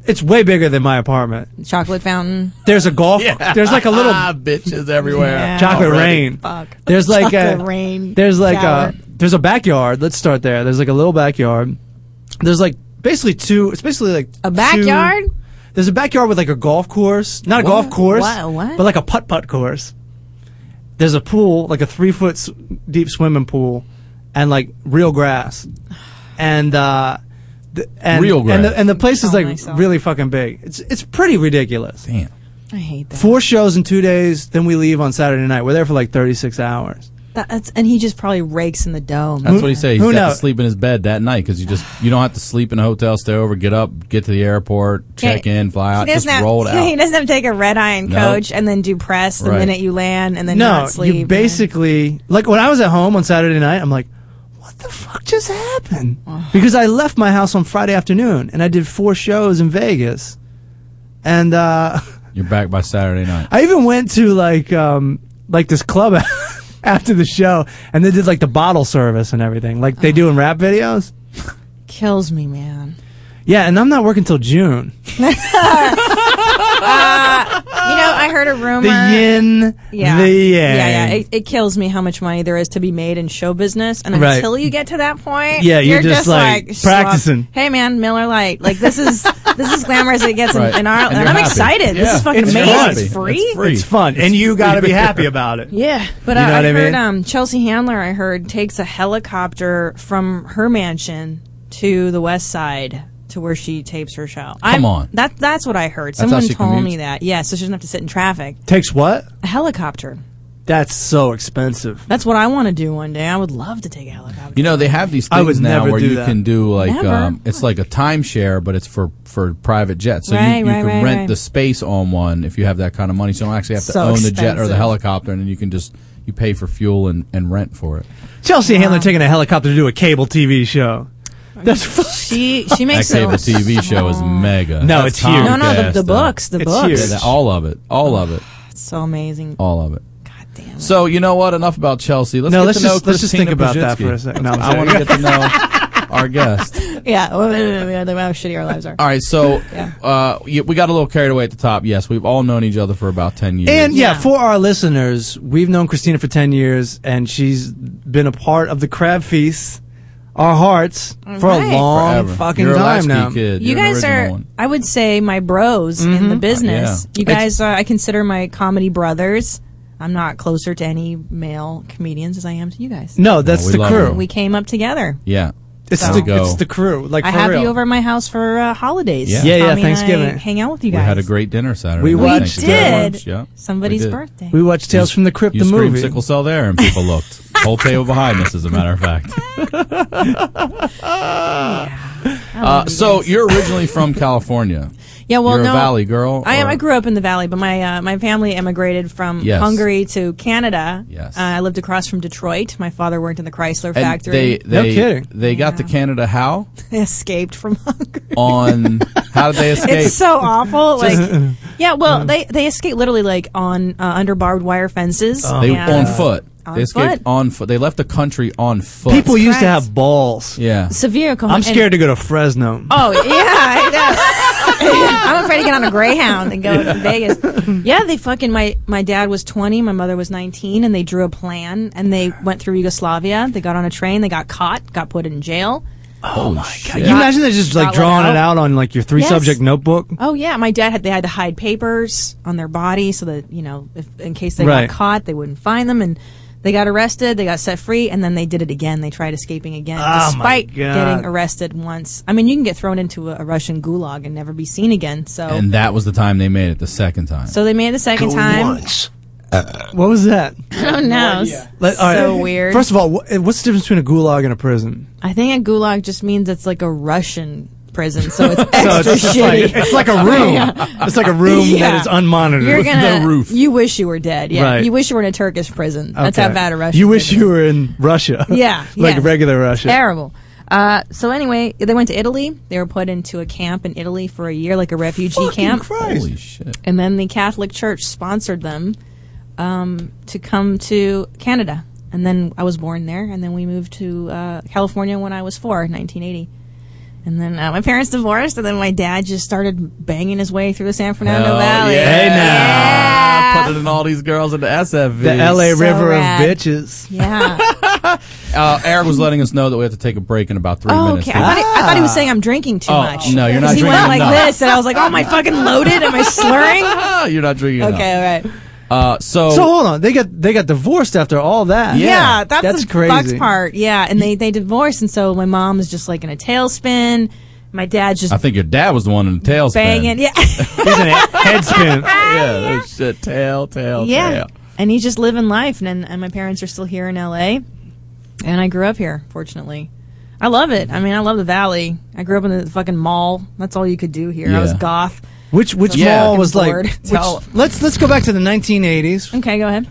Speaker 12: it's way bigger than my apartment.
Speaker 15: Chocolate fountain.
Speaker 12: There's a golf.
Speaker 15: Yeah.
Speaker 12: There's like a little
Speaker 7: Ah, bitches everywhere.
Speaker 12: chocolate rain.
Speaker 15: Fuck.
Speaker 12: There's like a
Speaker 15: Chocolate rain
Speaker 12: There's like
Speaker 15: shower.
Speaker 12: a there's a backyard. Let's start there. There's like a little backyard. There's like basically two. It's basically like a
Speaker 15: backyard?
Speaker 12: there's a backyard with like a golf course, not a golf
Speaker 15: What?
Speaker 12: course,
Speaker 15: What? What?
Speaker 12: but like a putt putt course. There's a pool, like a three foot s- deep swimming pool, and like real grass, and uh, the, and
Speaker 7: Real
Speaker 12: and
Speaker 7: grass.
Speaker 12: the, and the place is
Speaker 7: Oh,
Speaker 12: like
Speaker 7: myself.
Speaker 12: really fucking big. It's it's pretty ridiculous.
Speaker 7: Damn.
Speaker 15: I hate that.
Speaker 12: Four shows in two days. Then we leave on Saturday night. We're there for like 36 hours.
Speaker 15: That- That's, and he just probably rakes in the dome.
Speaker 7: That's what he said. He's
Speaker 12: Who
Speaker 7: got to
Speaker 12: knows?
Speaker 7: sleep in his bed that night because you just you don't have to sleep in a hotel, stay over, get up, get to the airport, check
Speaker 15: Yeah,
Speaker 7: in, fly out,
Speaker 15: he
Speaker 7: just
Speaker 15: doesn't have,
Speaker 7: rolled
Speaker 15: He
Speaker 7: out.
Speaker 15: doesn't have to take a red eye and
Speaker 7: No.
Speaker 15: coach and then do press the
Speaker 12: Right.
Speaker 15: minute you land and then
Speaker 12: no,
Speaker 15: not sleep.
Speaker 12: you basically like when I was at home on Saturday night, I'm like, what just happened? because I left my house on Friday afternoon and I did four shows in Vegas, and uh,
Speaker 7: You're back by Saturday night.
Speaker 12: I even went to like um like this club after the show, and they did like the bottle service and everything, like they do in rap videos.
Speaker 15: Kills me, man.
Speaker 12: Yeah, and I'm not working till June.
Speaker 15: Uh, You know, I heard a rumor.
Speaker 12: The yin,
Speaker 15: Yeah.
Speaker 12: the
Speaker 15: yeah,
Speaker 12: yang.
Speaker 15: yeah. It, it kills me how much money there is to be made in show business, and
Speaker 12: Right.
Speaker 15: until you get to that point,
Speaker 12: Yeah, you're just, like,
Speaker 15: "Shut up."
Speaker 12: practicing.
Speaker 15: Hey, man, Miller Lite. Like this is this is glamorous. It gets
Speaker 12: Right.
Speaker 15: in, in our,
Speaker 12: And
Speaker 15: and,
Speaker 12: you're
Speaker 15: I'm
Speaker 12: happy.
Speaker 15: excited. This
Speaker 12: Yeah.
Speaker 15: is fucking
Speaker 12: It's
Speaker 15: amazing.
Speaker 12: fun.
Speaker 15: It's free.
Speaker 12: It's free. It's fun, and you gotta be happy about it.
Speaker 15: Yeah, but
Speaker 12: You
Speaker 15: uh,
Speaker 12: know
Speaker 15: I
Speaker 12: what I
Speaker 15: heard
Speaker 12: mean?
Speaker 15: um, Chelsea Handler. I heard takes a helicopter from her mansion to the West Side to where she tapes her show. Come
Speaker 12: on.
Speaker 15: that that's what I heard.
Speaker 12: That's how
Speaker 15: Someone
Speaker 12: she
Speaker 15: told me
Speaker 12: commutes?
Speaker 15: that. Yeah, so she doesn't have to sit in traffic.
Speaker 12: Takes what?
Speaker 15: A helicopter.
Speaker 12: That's so expensive.
Speaker 15: That's what I want to do one day. I would love to take a helicopter.
Speaker 7: You know they have these
Speaker 12: I
Speaker 7: things
Speaker 12: would
Speaker 7: now
Speaker 12: never
Speaker 7: where
Speaker 12: do
Speaker 7: you
Speaker 12: that.
Speaker 7: can do like
Speaker 15: Never.
Speaker 7: um, it's like a timeshare, but it's for for private jets. So
Speaker 15: Right,
Speaker 7: you, you
Speaker 15: right,
Speaker 7: can
Speaker 15: right,
Speaker 7: rent
Speaker 15: right.
Speaker 7: the space on one if you have that kind of money. So you don't actually have to
Speaker 12: So
Speaker 7: own the jet or the
Speaker 12: expensive.
Speaker 7: helicopter, and then you can just you pay for fuel and, and rent for it.
Speaker 12: Chelsea Handler taking a helicopter to do a cable TV show. That's
Speaker 15: she she makes
Speaker 7: that cable
Speaker 15: it.
Speaker 7: TV show is mega.
Speaker 12: No,
Speaker 7: That's
Speaker 12: it's huge.
Speaker 15: No, no, the- the
Speaker 12: uh,
Speaker 7: Comcast,
Speaker 15: books, the It's books. huge.
Speaker 7: Yeah, that- all of it, all of it,
Speaker 15: It's so amazing.
Speaker 7: all of it. God damn it. So you know what? Enough about Chelsea. Let's
Speaker 12: No,
Speaker 7: get
Speaker 12: let's
Speaker 7: to know
Speaker 12: just- let's just think
Speaker 7: Christina
Speaker 12: about that
Speaker 7: Pajitsky.
Speaker 12: for a second. No, I'm
Speaker 7: I want to
Speaker 12: sorry.
Speaker 7: get to know our guest.
Speaker 15: Yeah, well, how shitty our lives are.
Speaker 7: All right, so uh, y- we got a little carried away at the top. Yes, we've all known each other for about ten years.
Speaker 12: And yeah, for our listeners, we've known Christina for 10 years, and she's been a part of the Crab Feast, our hearts, for
Speaker 15: Right.
Speaker 12: a long
Speaker 7: Forever.
Speaker 12: fucking
Speaker 7: You're a
Speaker 12: time
Speaker 7: latchkey
Speaker 12: now.
Speaker 7: kid.
Speaker 15: You guys are, I would say, my bros in the business.
Speaker 7: Yeah.
Speaker 15: You guys, uh, I consider my comedy brothers. I'm not closer to any male comedians as I am to you guys.
Speaker 12: No, that's
Speaker 7: we
Speaker 12: the
Speaker 7: love
Speaker 12: crew.
Speaker 7: you.
Speaker 15: We came up together.
Speaker 7: Yeah,
Speaker 12: It's
Speaker 7: So-
Speaker 12: the
Speaker 7: Go.
Speaker 12: it's the crew. Like
Speaker 15: I
Speaker 12: for
Speaker 15: have
Speaker 12: real.
Speaker 15: you over at my house for uh, holidays.
Speaker 7: Yeah. Yeah, yeah,
Speaker 15: Tommy and I
Speaker 12: Thanksgiving.
Speaker 15: hang out with you
Speaker 7: we
Speaker 15: guys.
Speaker 7: had a great dinner Saturday.
Speaker 12: We
Speaker 7: night.
Speaker 12: watched-
Speaker 7: Thank you very
Speaker 15: did.
Speaker 7: much. Yeah,
Speaker 15: Somebody's
Speaker 7: we did.
Speaker 15: birthday.
Speaker 12: We watched Tales from the Crypt,
Speaker 7: You
Speaker 12: the
Speaker 7: screamed
Speaker 12: movie.
Speaker 7: sickle cell there, and people looked. Whole table behind us, as a matter of fact. Uh, so you're originally from California.
Speaker 15: Yeah, Oh, well,
Speaker 7: you're
Speaker 15: no,
Speaker 7: a Valley girl.
Speaker 15: I am.
Speaker 7: or-
Speaker 15: I grew up in the valley, but my uh, my family emigrated from
Speaker 7: Yes.
Speaker 15: Hungary to Canada.
Speaker 7: Yes.
Speaker 15: uh, I lived across from Detroit. My father worked in the Chrysler
Speaker 7: and
Speaker 15: factory.
Speaker 7: They, they, They got to Canada. How
Speaker 15: They escaped from Hungary.
Speaker 7: on? How did they escape?
Speaker 15: It's so awful.
Speaker 7: Just-
Speaker 15: Like, yeah, well, they they escaped literally like on uh, under barbed wire fences.
Speaker 7: they
Speaker 15: and-
Speaker 7: on foot.
Speaker 15: On
Speaker 7: they escaped
Speaker 15: foot.
Speaker 7: on foot. They left the country on foot.
Speaker 12: People
Speaker 15: That's
Speaker 12: used to
Speaker 15: correct.
Speaker 12: have balls.
Speaker 7: Yeah.
Speaker 15: Severe. cohen-
Speaker 12: I'm
Speaker 15: and-
Speaker 12: scared to go to Fresno.
Speaker 15: Oh yeah, yeah. I'm afraid to get on a Greyhound and go to Vegas. Yeah, they fucking my my dad was 20, my mother was 19, and they drew a plan and they went through Yugoslavia. They got on a train, they got caught, got put in jail.
Speaker 12: Oh my god!
Speaker 15: shit.
Speaker 12: you imagine they're just like
Speaker 15: Got let
Speaker 12: drawing it
Speaker 15: out.
Speaker 12: out on like your three
Speaker 15: Yes.
Speaker 12: subject notebook?
Speaker 15: Oh yeah, my dad had they had to hide papers on their body so that you know if, in case they
Speaker 12: Right.
Speaker 15: got caught they wouldn't find them and. They got arrested, they got set free, and then they did it again. They tried escaping again,
Speaker 11: Oh, my
Speaker 15: despite
Speaker 11: God.
Speaker 15: getting arrested once. I mean, you can get thrown into a, a Russian gulag and never be seen again. So,
Speaker 7: And that was the time they made it the second time.
Speaker 15: so they made it the second
Speaker 7: Go
Speaker 15: time.
Speaker 12: What was that?
Speaker 15: Oh no!
Speaker 12: Like, all
Speaker 15: so
Speaker 12: right,
Speaker 15: weird.
Speaker 12: First of all, wh- eh, what's the difference between a gulag and a prison?
Speaker 15: I think a gulag just means it's like a Russian prison, so it's
Speaker 12: So
Speaker 15: extra
Speaker 12: it's, just
Speaker 15: shitty.
Speaker 12: like, it's like a room. It's like a room that
Speaker 15: Yeah.
Speaker 12: is unmonitored
Speaker 15: You're
Speaker 12: with
Speaker 15: gonna,
Speaker 12: no roof.
Speaker 15: You wish you were dead. Yeah.
Speaker 12: Right.
Speaker 15: You wish you were in a Turkish prison. That's
Speaker 12: Okay.
Speaker 15: how bad a Russian.
Speaker 12: You wish you were in Russia.
Speaker 15: Yeah,
Speaker 12: like
Speaker 15: yeah.
Speaker 12: regular Russia.
Speaker 15: Terrible. Uh, so anyway, they went to Italy. They were put into a camp in Italy for a year, like a refugee camp.
Speaker 7: Holy shit!
Speaker 15: And then the Catholic Church sponsored them um, to come to Canada. And then I was born there. And then we moved to uh, California when I was four, 1980. And then uh, my parents divorced. And then my dad just started banging his way through the San Fernando
Speaker 7: Hell
Speaker 15: Valley.
Speaker 7: yeah. Putting all these girls into SFV.
Speaker 12: The LA
Speaker 15: So
Speaker 12: River
Speaker 15: rad.
Speaker 12: of Bitches.
Speaker 15: Yeah.
Speaker 7: Uh, Eric was letting us know that we have to take a break in about three
Speaker 15: Oh,
Speaker 7: minutes.
Speaker 15: okay. I thought, he, I thought he was saying I'm drinking too
Speaker 7: Oh,
Speaker 15: much.
Speaker 7: no, you're not
Speaker 15: 'Cause He went
Speaker 7: drinking
Speaker 15: like
Speaker 7: enough.
Speaker 15: this, and I was like, "Oh, am I fucking loaded? Am I slurring?"
Speaker 7: Ah, You're not drinking.
Speaker 15: okay, all right.
Speaker 7: Enough. Uh, so,
Speaker 12: So hold on, they got they got divorced after all that.
Speaker 15: Yeah, that's, the
Speaker 12: crazy.
Speaker 15: fucked part. Yeah, and they they divorced, and so my mom is just like in a tailspin. My dad's just
Speaker 7: I think your dad was the one in the tailspin.
Speaker 15: banging. Yeah, Ah,
Speaker 12: head spin.
Speaker 7: yeah, that shit. Tail, tail,
Speaker 15: yeah.
Speaker 7: tail.
Speaker 15: And he's just living life, and and my parents are still here in L.A. And I grew up here, fortunately. I love it. I mean, I love the valley. I grew up in the fucking mall. That's all you could do here. I was
Speaker 12: Yeah.
Speaker 15: goth.
Speaker 12: Which which
Speaker 15: So I'm
Speaker 12: mall
Speaker 15: fucking
Speaker 12: was
Speaker 15: bored.
Speaker 12: like? which- let's let's go back to the 1980s.
Speaker 15: Okay, go ahead.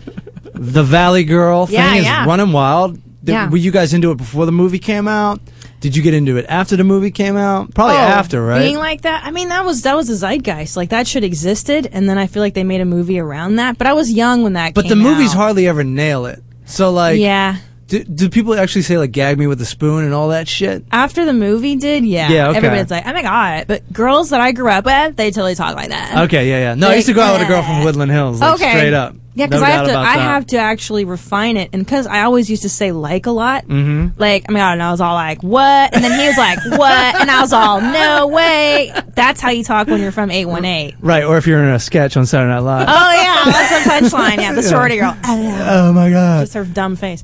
Speaker 12: The Valley Girl thing
Speaker 15: Yeah,
Speaker 12: is
Speaker 15: yeah.
Speaker 12: running wild. Did-
Speaker 15: Yeah.
Speaker 12: Were you guys into it before the movie came out? Did you get into it after the movie came out? Probably
Speaker 15: Oh,
Speaker 12: after, right?
Speaker 15: Being like that, I mean, that was that was a zeitgeist. Like that shit existed, and then I feel like they made a movie around that. But I was young when that.
Speaker 12: but the
Speaker 15: came
Speaker 12: movies
Speaker 15: out.
Speaker 12: hardly ever nail it. So like,
Speaker 15: Yeah.
Speaker 12: Do, do people actually say like "gag me with a spoon" and all that shit?
Speaker 15: after the movie did. Yeah,
Speaker 12: Yeah, okay.
Speaker 15: everybody's like, oh my god. But girls that I grew up with, they totally talk like that.
Speaker 12: Okay, yeah, yeah. No, I used to go out with a girl from Woodland Hills, like straight up.
Speaker 15: Yeah, because
Speaker 12: No
Speaker 15: I
Speaker 12: doubt
Speaker 15: have to.
Speaker 12: about
Speaker 15: I
Speaker 12: that.
Speaker 15: have to actually refine it, and because I always used to say like a lot.
Speaker 12: Mhm.
Speaker 15: Like, oh I mean, I, don't know, I was all like, "What?" And then he was like, "What?" And I was all, "No way." That's how you talk when you're from eight one eight.
Speaker 12: Right, or if you're in a sketch on Saturday Night Live.
Speaker 15: Oh yeah, that's a punchline. Yeah, the sorority girl.
Speaker 12: Oh my god!
Speaker 15: Just her dumb face.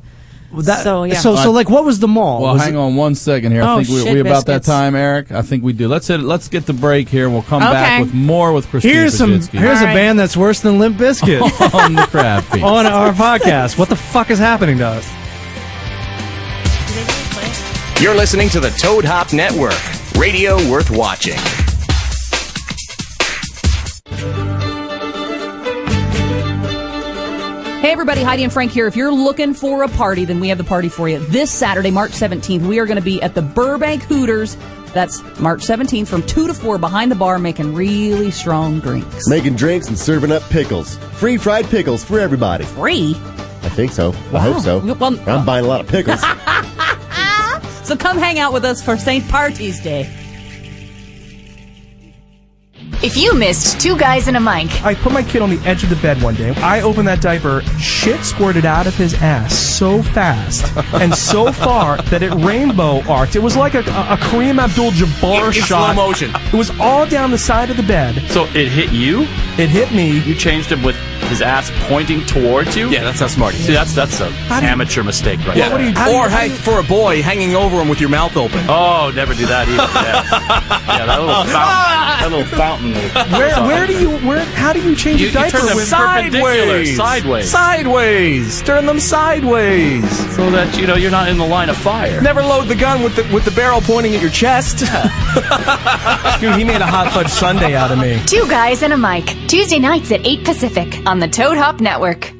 Speaker 12: that-
Speaker 15: so yeah.
Speaker 12: so- so, like, what was the mall?
Speaker 7: Well,
Speaker 12: Was
Speaker 7: hang
Speaker 12: it-
Speaker 7: on one second here. I
Speaker 15: Oh,
Speaker 7: think we,
Speaker 15: shit,
Speaker 7: we about that
Speaker 15: biscuits.
Speaker 7: time, Eric. I think we do. Let's hit. Let's get the break here. We'll come back
Speaker 12: Okay.
Speaker 7: with more with Christine.
Speaker 12: Here's some.
Speaker 7: Pajitsky.
Speaker 12: Here's a band that's worse than Limp Bizkit
Speaker 7: on the crab feast.
Speaker 12: on our podcast. What the fuck is happening to us?
Speaker 3: You're listening to the Toad Hop Network, radio worth watching.
Speaker 14: Hey, everybody, Heidi and Frank here. If you're looking for a party, then we have the party for you. This Saturday, March 17th, we are going to be at the Burbank Hooters. That's March 17th from 2 to 4 behind the bar making really strong drinks.
Speaker 16: Making drinks and serving up pickles. Free fried pickles for everybody.
Speaker 14: Free?
Speaker 16: I think so. I hope so.
Speaker 14: You- well-
Speaker 16: I'm buying a lot of pickles.
Speaker 14: So come hang out with us for St. Party's Day.
Speaker 2: If you missed Two Guys in a Mic,
Speaker 17: I put my kid on the edge of the bed one day. I opened that diaper, shit squirted out of his ass so fast and so far that it rainbow arced. It was like a, a Kareem Abdul-Jabbar
Speaker 18: In- in
Speaker 17: shot.
Speaker 18: slow motion.
Speaker 17: It was all down the side of the bed.
Speaker 18: So it hit you?
Speaker 17: It hit me.
Speaker 18: You changed him with his ass pointing towards you? Yeah, that's how smart. See, that's that's an
Speaker 17: How do you-
Speaker 18: amateur mistake right
Speaker 17: Yeah.
Speaker 18: there.
Speaker 17: What do you- how do you-
Speaker 18: or
Speaker 17: how
Speaker 18: hang
Speaker 17: do you-
Speaker 18: for a boy hanging over him with your mouth open. Oh, never do that either. Yeah, yeah that little fountain. That little fountain.
Speaker 17: Where, where do you where how do you change
Speaker 18: You-
Speaker 17: a
Speaker 18: you
Speaker 17: diaper
Speaker 18: turn them
Speaker 17: with
Speaker 18: perpendicular, sideways.
Speaker 17: Sideways. Turn them sideways.
Speaker 18: So that you know you're not in the line of fire.
Speaker 17: Never load the gun with the with the barrel pointing at your chest. Dude, he made a hot fudge sundae out of me.
Speaker 2: Two Guys and a Mic, Tuesday nights at 8 Pacific on the Toad Hop Network.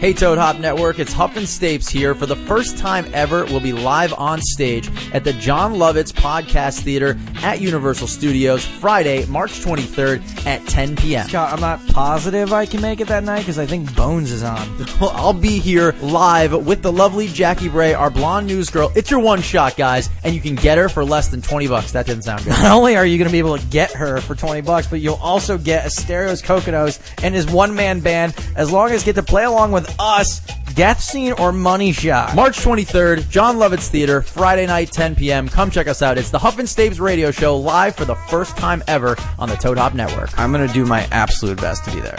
Speaker 19: Hey Toad Hop Network, it's Huff and Stapes here. For the first time ever, we'll be live on stage at the John Lovitz Podcast Theater at Universal Studios Friday, March 23rd at 10 p.m.
Speaker 20: Scott, I'm not positive I can make it that night because I think Bones is on.
Speaker 19: Well, I'll be here live with the lovely Jackie Bray, our blonde news girl. It's your one shot, guys, and you can get her for less than 20 bucks. That didn't sound good.
Speaker 20: Not only are you going to be able to get her for 20 bucks, but you'll also get Asterios Coconos and his one man band as long as you get to play along with us, Death Scene or Money Shot.
Speaker 19: March 23rd, John Lovitz Theater, Friday night, 10 p.m. Come check us out. It's the Huff and Staves radio show live for the first time ever on the Toad Hop Network.
Speaker 20: I'm going to do my absolute best to be there.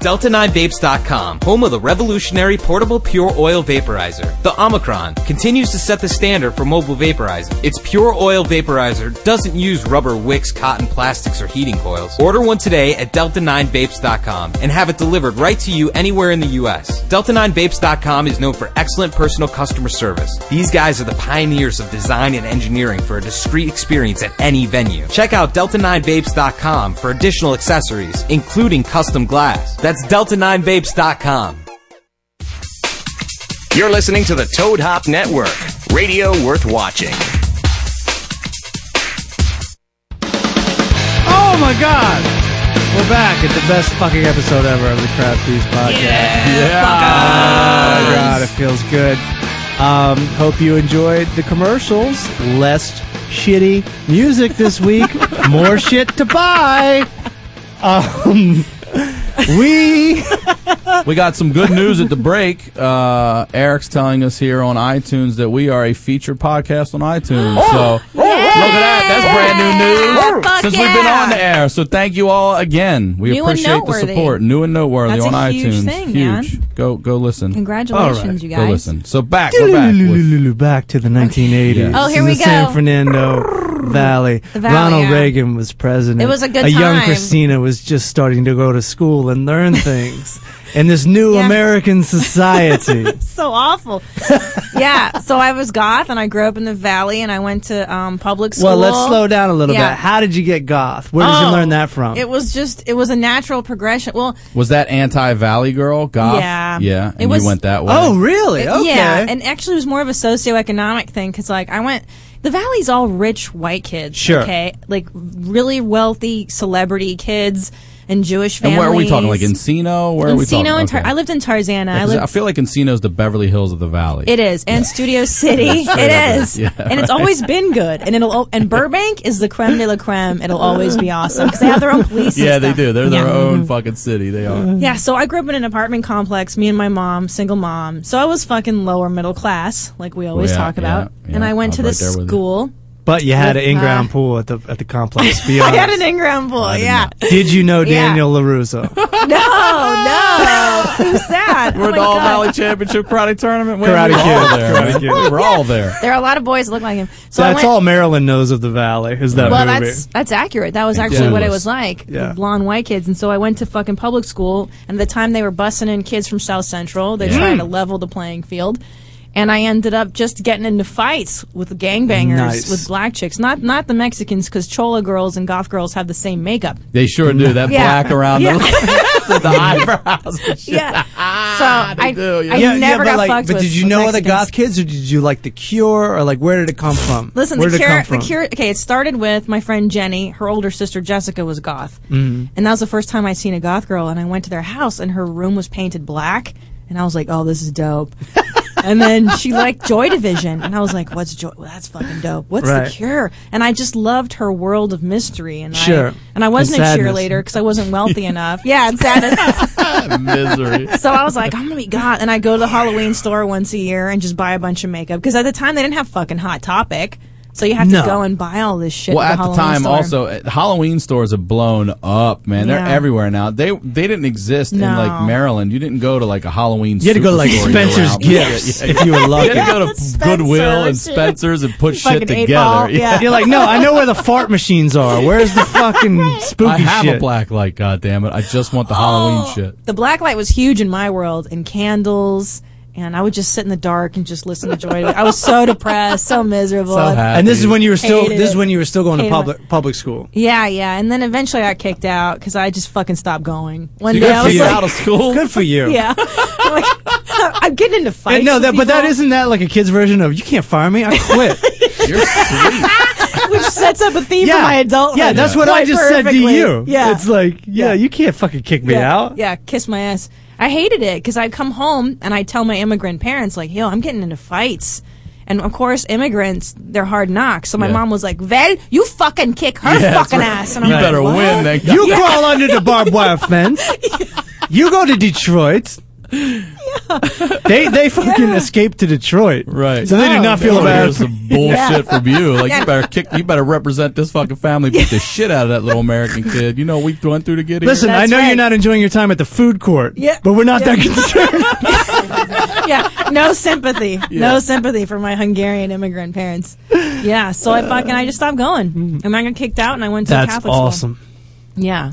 Speaker 21: Delta9Vapes.com, home of the revolutionary portable pure oil vaporizer. The Omicron continues to set the standard for mobile vaporizing. Its pure oil vaporizer doesn't use rubber wicks, cotton plastics, or heating coils. Order one today at Delta9Vapes.com and have it delivered right to you anywhere in the U.S. Delta9Vapes.com is known for excellent personal customer service. These guys are the pioneers of design and engineering for a discreet experience at any venue. Check out Delta9Vapes.com for additional accessories, including custom glass. That's Delta9Vapes.com.
Speaker 3: You're listening to the Toad Hop Network, radio worth watching.
Speaker 12: Oh my God! We're back at the best fucking episode ever of the Crab Feast podcast. Yeah, Oh my God, it feels good. Um, hope you enjoyed the commercials. Less shitty music this week. More shit to buy. Um, we
Speaker 7: we got some good news at the break. Uh, Eric's telling us here on iTunes that we are a featured podcast on iTunes. so look at that. That's brand new news
Speaker 6: Oh, Fuck
Speaker 7: since we've been
Speaker 6: yeah.
Speaker 7: on the air. So thank you all again. We
Speaker 6: New and
Speaker 7: appreciate the
Speaker 6: noteworthy.
Speaker 7: support. New and noteworthy
Speaker 6: That's
Speaker 7: on
Speaker 6: a huge
Speaker 7: iTunes.
Speaker 6: thing, man.
Speaker 7: huge. Go go listen.
Speaker 6: Congratulations,
Speaker 7: All
Speaker 6: you
Speaker 7: Go
Speaker 6: guys.
Speaker 7: listen. So back we're back.
Speaker 12: Back to the 1980s.
Speaker 7: Oh,
Speaker 14: here
Speaker 12: in
Speaker 14: we
Speaker 12: the San
Speaker 14: go.
Speaker 12: Fernando Valley.
Speaker 14: The valley,
Speaker 12: Ronald
Speaker 14: yeah.
Speaker 12: Reagan was president.
Speaker 14: It was a good
Speaker 12: young
Speaker 14: time.
Speaker 12: Christina was just starting to go to school and learn things in this new American society.
Speaker 14: so awful. yeah. So I was goth, and I grew up in the valley, and I went to um, public school.
Speaker 12: well, let's slow down a little
Speaker 14: Yeah.
Speaker 12: bit. How did you get goth? Where did you
Speaker 14: Oh,
Speaker 12: learn that from?
Speaker 14: It was just it was a natural progression. Well,
Speaker 7: Was that anti Valley girl? Goth?
Speaker 14: yeah,
Speaker 7: Yeah. And
Speaker 14: it was,
Speaker 7: you went that way.
Speaker 12: Oh,
Speaker 14: It- Yeah, and actually, it was more of a socioeconomic thing because, like, I went. The valley's all rich white kids.
Speaker 7: Sure.
Speaker 14: Okay, like really wealthy celebrity kids and Jewish
Speaker 7: And
Speaker 14: families.
Speaker 7: where are we talking? Like Encino? Where are we talking?
Speaker 14: Encino and Tar-
Speaker 7: Okay.
Speaker 14: I lived in Tarzana.
Speaker 7: Yeah,
Speaker 14: I
Speaker 7: 'cause
Speaker 14: lived.
Speaker 7: I feel like Encino's the Beverly Hills of the Valley.
Speaker 14: It is, and Studio City,
Speaker 7: Straight up
Speaker 14: it
Speaker 7: it
Speaker 14: is,
Speaker 7: is. Yeah,
Speaker 14: and it's
Speaker 7: right.
Speaker 14: always been good. And it'll, and Burbank is the creme de la creme. It'll always be awesome because they have their own police.
Speaker 7: yeah,
Speaker 14: system.
Speaker 7: they do. They're their
Speaker 14: Yeah. Mm-hmm.
Speaker 7: own fucking city. They are.
Speaker 14: Yeah, so I grew up in an apartment complex, me and my mom, single mom. So I was fucking lower middle class, like we always
Speaker 12: Yeah,
Speaker 14: talk
Speaker 12: yeah,
Speaker 14: about.
Speaker 12: yeah,
Speaker 14: and I went
Speaker 12: I'm
Speaker 14: to
Speaker 12: right
Speaker 14: this
Speaker 12: there with you.
Speaker 14: school.
Speaker 12: but you had an
Speaker 14: With,
Speaker 12: in-ground
Speaker 14: uh,
Speaker 12: pool at the at the complex. Be
Speaker 14: I had
Speaker 12: honest.
Speaker 14: an in-ground pool, yeah.
Speaker 12: Did you know
Speaker 14: Yeah.
Speaker 12: Daniel Larusso?
Speaker 14: No, no. Who's that? Oh
Speaker 7: We're at
Speaker 14: my
Speaker 7: the All
Speaker 14: God.
Speaker 7: Valley Championship Karate Tournament. winner.
Speaker 12: Karate
Speaker 7: We were all
Speaker 12: Kid.
Speaker 7: there.
Speaker 12: Karate Kid.
Speaker 7: We were all there.
Speaker 14: There are a lot of boys that look like him. So
Speaker 12: that's
Speaker 14: I went,
Speaker 12: all Maryland knows of the Valley is that
Speaker 14: well,
Speaker 12: movie.
Speaker 14: that's that's accurate. That was actually
Speaker 12: Yeah.
Speaker 14: what it was like.
Speaker 12: Yeah.
Speaker 14: Blonde white kids. And so I went to fucking public school, and at the time they were bussing in kids from South Central. They
Speaker 12: Yeah.
Speaker 14: tried
Speaker 12: Mm.
Speaker 14: to level the playing field. And I ended up just getting into fights with gangbangers
Speaker 7: Nice.
Speaker 14: with black chicks. Not not the Mexicans, because Chola girls and goth girls have the same makeup.
Speaker 7: They sure do. That
Speaker 14: Yeah.
Speaker 7: black around
Speaker 14: Yeah.
Speaker 7: the, the eyebrows. and shit.
Speaker 14: Yeah. so I, I
Speaker 12: yeah, yeah,
Speaker 14: never
Speaker 12: but
Speaker 14: got
Speaker 12: like,
Speaker 14: fucked
Speaker 12: But
Speaker 14: with.
Speaker 12: did you
Speaker 14: with
Speaker 12: know other
Speaker 14: Mexicans.
Speaker 12: goth kids, or did you like the Cure, or like where did it come from?
Speaker 14: Listen,
Speaker 12: where
Speaker 14: the
Speaker 12: did it
Speaker 14: cure,
Speaker 12: come
Speaker 14: the
Speaker 12: from?
Speaker 14: cure. Okay, it started with my friend Jenny. Her older sister Jessica was goth,
Speaker 12: Mm.
Speaker 14: and that was the first time I seen a goth girl. And I went to their house, and her room was painted black, and I was like, "Oh, this is dope." and then she liked Joy Division, and I was like, "What's Joy? Well, that's fucking dope. What's
Speaker 12: Right.
Speaker 14: the Cure?" And I just loved her world of mystery, and
Speaker 12: Sure.
Speaker 14: I, and I wasn't a
Speaker 12: And sadness.
Speaker 14: cheerleader because I wasn't wealthy enough. Yeah, and sadness.
Speaker 7: Misery.
Speaker 14: So I was like, I'm gonna be God, and I go to the Halloween store once a year and just buy a bunch of makeup because at the time they didn't have fucking Hot Topic, so you have to
Speaker 7: No.
Speaker 14: go and buy all this shit.
Speaker 7: Well,
Speaker 14: at
Speaker 7: at
Speaker 14: the,
Speaker 7: the
Speaker 14: Halloween
Speaker 7: time,
Speaker 14: store.
Speaker 7: also uh, Halloween stores have blown up, man. They're
Speaker 14: Yeah.
Speaker 7: everywhere now. They they didn't exist in
Speaker 14: No.
Speaker 7: like Maryland. You didn't go to like a Halloween.
Speaker 12: You had to go to, like,
Speaker 7: superstore
Speaker 12: Spencer's
Speaker 7: year round.
Speaker 12: Gifts, if you were lucky.
Speaker 7: You had to go to Goodwill and Spencer's and put shit
Speaker 12: Fucking eight
Speaker 7: together.
Speaker 12: ball, yeah. You're like, no, I know where the fart machines are. Where's the fucking spooky
Speaker 7: I have
Speaker 12: shit?
Speaker 7: a black light. God damn it! I just want the Halloween shit.
Speaker 14: Oh, the black light was huge in my world, and candles. And I would just sit in the dark and just listen to Joy. I was so depressed, so miserable.
Speaker 12: and this is when you were still.
Speaker 14: Hated
Speaker 12: This is
Speaker 14: it.
Speaker 12: when you were still going
Speaker 14: Hated
Speaker 12: to
Speaker 14: my-
Speaker 12: public public school.
Speaker 14: Yeah, yeah. And then eventually I got kicked out because I just fucking stopped going. One
Speaker 12: Good
Speaker 14: day I
Speaker 12: for
Speaker 14: was
Speaker 12: you.
Speaker 14: like,
Speaker 12: Out of school? Good for you.
Speaker 14: Yeah. I'm, like, I'm getting into fights.
Speaker 12: And no,
Speaker 14: with
Speaker 12: that but that
Speaker 14: people.
Speaker 12: isn't that like a kid's version of you can't fire me. I quit.
Speaker 14: which sets up a theme for my adult.
Speaker 12: Yeah, that's what I just said to you.
Speaker 14: Yeah,
Speaker 12: it's like yeah, you can't fucking kick me
Speaker 14: yeah.
Speaker 12: out.
Speaker 14: Yeah, kiss my ass. I hated it because I'd come home and I'd tell my immigrant parents like, "Yo, I'm getting into fights." And of course, immigrants, they're hard knocks. So my
Speaker 12: Yeah.
Speaker 14: mom was like, Vel, you fucking kick her
Speaker 12: Yeah, that's
Speaker 14: fucking
Speaker 12: right.
Speaker 14: ass. And I'm
Speaker 12: You
Speaker 14: like,
Speaker 12: better
Speaker 14: "What?"
Speaker 12: win that You crawl under the barbed wire fence. You go to Detroit. they they fucking escaped to Detroit, right? So they
Speaker 15: Oh,
Speaker 12: do not feel bad.
Speaker 7: Here's some bullshit from you. Like you better kick. You better represent this fucking family. Beat the shit out of that little American kid. You know we went through to get here.
Speaker 12: Listen, I know you're not enjoying your time at the food court,
Speaker 15: Yeah.
Speaker 12: but we're not
Speaker 15: Yeah.
Speaker 12: that concerned.
Speaker 15: yeah, no sympathy.
Speaker 12: Yeah.
Speaker 15: No sympathy for my Hungarian immigrant parents. Yeah, so I fucking I just stopped going. And I got kicked out and I went to a
Speaker 12: That's
Speaker 15: Catholic
Speaker 12: awesome.
Speaker 15: school. Yeah.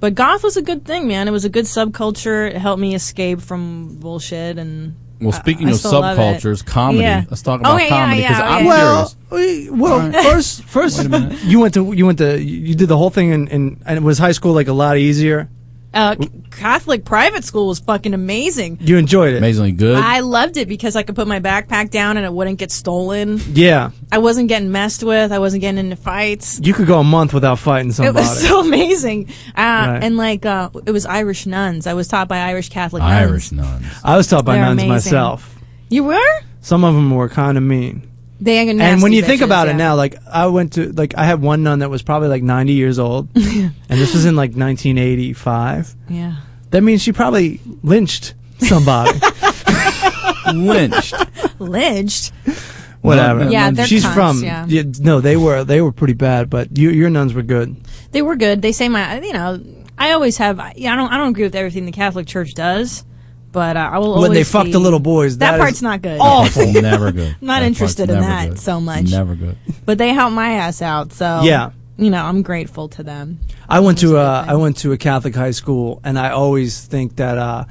Speaker 15: But goth was a good thing, man. It was a good subculture. It helped me escape from bullshit and
Speaker 7: Well, speaking
Speaker 15: I
Speaker 7: of
Speaker 15: still love it.
Speaker 7: subcultures, comedy.
Speaker 15: Yeah.
Speaker 7: Let's talk about
Speaker 15: Oh, yeah, yeah,
Speaker 7: comedy because
Speaker 15: yeah,
Speaker 7: I'm
Speaker 15: yeah.
Speaker 7: curious.
Speaker 12: we- well, first, first, you went to you went to you did the whole thing, in, in, and was high school like a lot easier?
Speaker 15: Uh, c- Catholic private school was fucking amazing.
Speaker 12: You enjoyed it,
Speaker 7: amazingly good.
Speaker 15: I loved it because I could put my backpack down and it wouldn't get stolen.
Speaker 12: yeah,
Speaker 15: I wasn't getting messed with. I wasn't getting into fights.
Speaker 12: you could go a month without fighting somebody.
Speaker 15: It was so amazing. Uh,
Speaker 12: Right.
Speaker 15: And like, uh, it was Irish nuns. I was taught by Irish Catholic nuns.
Speaker 7: Irish nuns.
Speaker 12: I was taught by
Speaker 15: They're
Speaker 12: nuns
Speaker 15: amazing.
Speaker 12: myself.
Speaker 15: You were?
Speaker 12: Some of them were kind of mean.
Speaker 15: They ain't
Speaker 12: and when you think about it now, like I went to like I had one nun that was probably like ninety years old, and this was in like nineteen eighty five.
Speaker 15: Yeah.
Speaker 12: That means she probably lynched somebody.
Speaker 7: lynched.
Speaker 15: Lynched.
Speaker 12: Whatever.
Speaker 15: Yeah, they're
Speaker 12: she's
Speaker 15: cunts,
Speaker 12: from.
Speaker 15: yeah.
Speaker 12: no, they were they were pretty bad, but you, your nuns were good.
Speaker 15: They were good. They say my, you know, I always have. Yeah, I don't. I don't agree with everything the Catholic Church does, but uh, I will.
Speaker 12: when they
Speaker 15: always
Speaker 12: fuck
Speaker 15: be-
Speaker 12: the little boys,
Speaker 15: That,
Speaker 12: is
Speaker 15: part's not good.
Speaker 12: Awful.
Speaker 7: never good.
Speaker 15: Not interested in that so much.
Speaker 7: Never good.
Speaker 15: But they helped my ass out, so
Speaker 12: Yeah.
Speaker 15: Um, You know, I'm grateful to them.
Speaker 12: I went to uh, I went to a Catholic high school, and I always think that uh,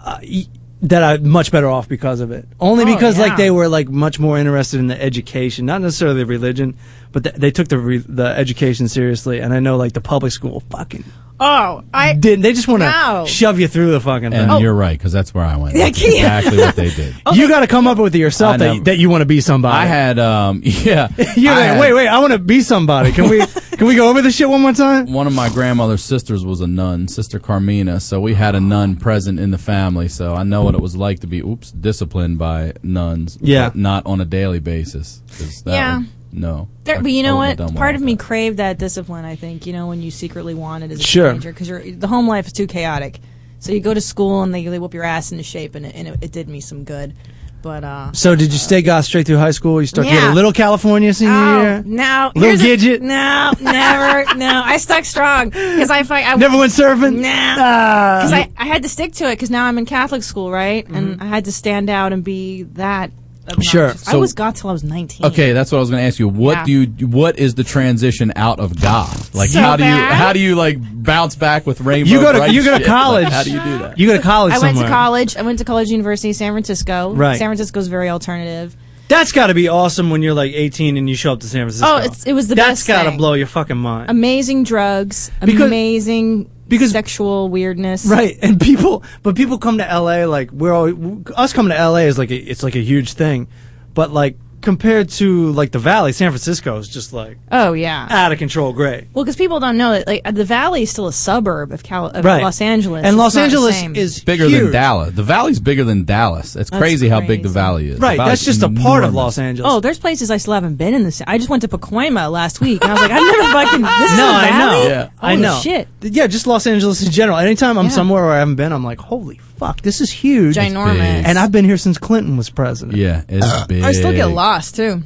Speaker 12: uh, y- that I'm much better off because of it. Only
Speaker 20: Oh,
Speaker 12: because
Speaker 20: yeah.
Speaker 12: like they were like much more interested in the education, not necessarily the religion, but th- they took the re- the education seriously. And I know like the public school fucking
Speaker 15: Oh, I
Speaker 12: didn't. They just want to
Speaker 15: No.
Speaker 12: shove you through the fucking.
Speaker 7: And
Speaker 12: thing.
Speaker 15: Oh.
Speaker 7: you're right because that's where I went. That's
Speaker 12: Yeah.
Speaker 7: exactly what they did.
Speaker 12: You got to come up with it
Speaker 7: I
Speaker 12: yourself
Speaker 7: never-
Speaker 12: that, that you want to be somebody.
Speaker 7: I had um yeah.
Speaker 12: You're
Speaker 7: I
Speaker 12: like,
Speaker 7: had-
Speaker 12: wait, wait, I want to be somebody. Can we can we go over this shit one more time?
Speaker 7: One of my grandmother's sisters was a nun, Sister Carmina, so we had a nun present in the family, so I know what it was like to be oops disciplined by nuns.
Speaker 12: Yeah.
Speaker 7: but not on a daily basis. 'cause that
Speaker 15: Yeah.
Speaker 7: would- no.
Speaker 15: There,
Speaker 7: I-
Speaker 15: but you
Speaker 7: I
Speaker 15: know
Speaker 7: wouldn't
Speaker 15: what?
Speaker 7: have done well
Speaker 15: Part
Speaker 7: with
Speaker 15: of me craved that discipline. I think you know when you secretly wanted as a
Speaker 7: Sure.
Speaker 15: teenager because the home life is too chaotic. So you go to school and they they whip your ass into shape, and it, and it, it did me some good. But uh,
Speaker 12: So did you stay goth straight through high school? You start to get
Speaker 15: Yeah.
Speaker 12: a little California senior year.
Speaker 15: no,
Speaker 12: Little
Speaker 15: here's a-
Speaker 12: Gidget?
Speaker 15: no, never, no. I stuck strong because I fight. I,
Speaker 12: Never went surfing. Ah.
Speaker 15: Nah, because I, I had to stick to it because now I'm in Catholic school, right?
Speaker 12: Mm-hmm.
Speaker 15: And I had to stand out and be that. obnoxious.
Speaker 7: Sure.
Speaker 15: I
Speaker 7: So-
Speaker 15: was God till I was 19.
Speaker 7: Okay, that's what I was going to ask you. What
Speaker 15: Yeah.
Speaker 7: do you? What is the transition out of goth? Like
Speaker 15: So
Speaker 7: how do you?
Speaker 15: bad.
Speaker 7: How do you like bounce back with rainbow?
Speaker 12: You go to
Speaker 7: bright
Speaker 12: you go to
Speaker 7: shit?
Speaker 12: college.
Speaker 7: Like, how do you do that?
Speaker 12: You go to college.
Speaker 15: I went
Speaker 12: somewhere.
Speaker 15: to college. I went to College University, San Francisco.
Speaker 12: Right.
Speaker 15: San Francisco's very alternative.
Speaker 12: That's got to be awesome when you're like 18 and you show up to San Francisco.
Speaker 15: Oh, it's- it was the
Speaker 12: That's
Speaker 15: best
Speaker 12: gotta
Speaker 15: thing.
Speaker 12: blow your fucking mind.
Speaker 15: Amazing drugs.
Speaker 12: Because-
Speaker 15: amazing sexual weirdness.
Speaker 12: Right, and people, but people come to LA like we're all, us coming to LA is like a, it's like a huge thing, but like compared to like the Valley, San Francisco is just like
Speaker 15: Oh yeah.
Speaker 12: out of control. Great.
Speaker 15: Well, because people don't know that like the Valley is still a suburb of, Cal- of
Speaker 7: Right.
Speaker 15: Los Angeles,
Speaker 12: And
Speaker 15: It's
Speaker 12: Los
Speaker 15: not the
Speaker 12: Angeles
Speaker 15: same.
Speaker 12: is
Speaker 7: bigger
Speaker 12: huge.
Speaker 7: than Dallas. The valley's bigger than Dallas. It's
Speaker 15: That's
Speaker 7: crazy, how big the valley is. The
Speaker 12: Right,
Speaker 7: valley's
Speaker 12: that's just a part of
Speaker 7: enormous.
Speaker 12: Los Angeles.
Speaker 15: Oh, there's places I still haven't been in this. I just went to Pacoima last week, and I was like, I've never fucking. This is
Speaker 12: no,
Speaker 15: the
Speaker 12: I
Speaker 15: Valley?
Speaker 12: know. I
Speaker 15: Holy
Speaker 12: know.
Speaker 15: Shit.
Speaker 12: Th- Yeah, just Los Angeles in general. Anytime I'm
Speaker 15: Yeah.
Speaker 12: somewhere where I haven't been, I'm like, holy fuck, this is huge,
Speaker 15: Ginormous. It's big.
Speaker 12: and I've been here since Clinton was president.
Speaker 7: Yeah, it's big.
Speaker 15: I still get lost too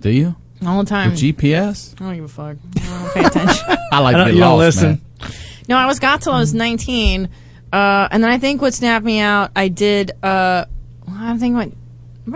Speaker 7: Do you?
Speaker 15: all the time.
Speaker 7: With GPS?
Speaker 15: I don't give a fuck. I don't pay attention.
Speaker 7: I like to
Speaker 12: I don't-
Speaker 7: get
Speaker 12: you don't
Speaker 7: lost,
Speaker 12: listen.
Speaker 7: man.
Speaker 15: No, I was got till I was 19. Uh, and then I think what snapped me out, I did, uh, well, I think what,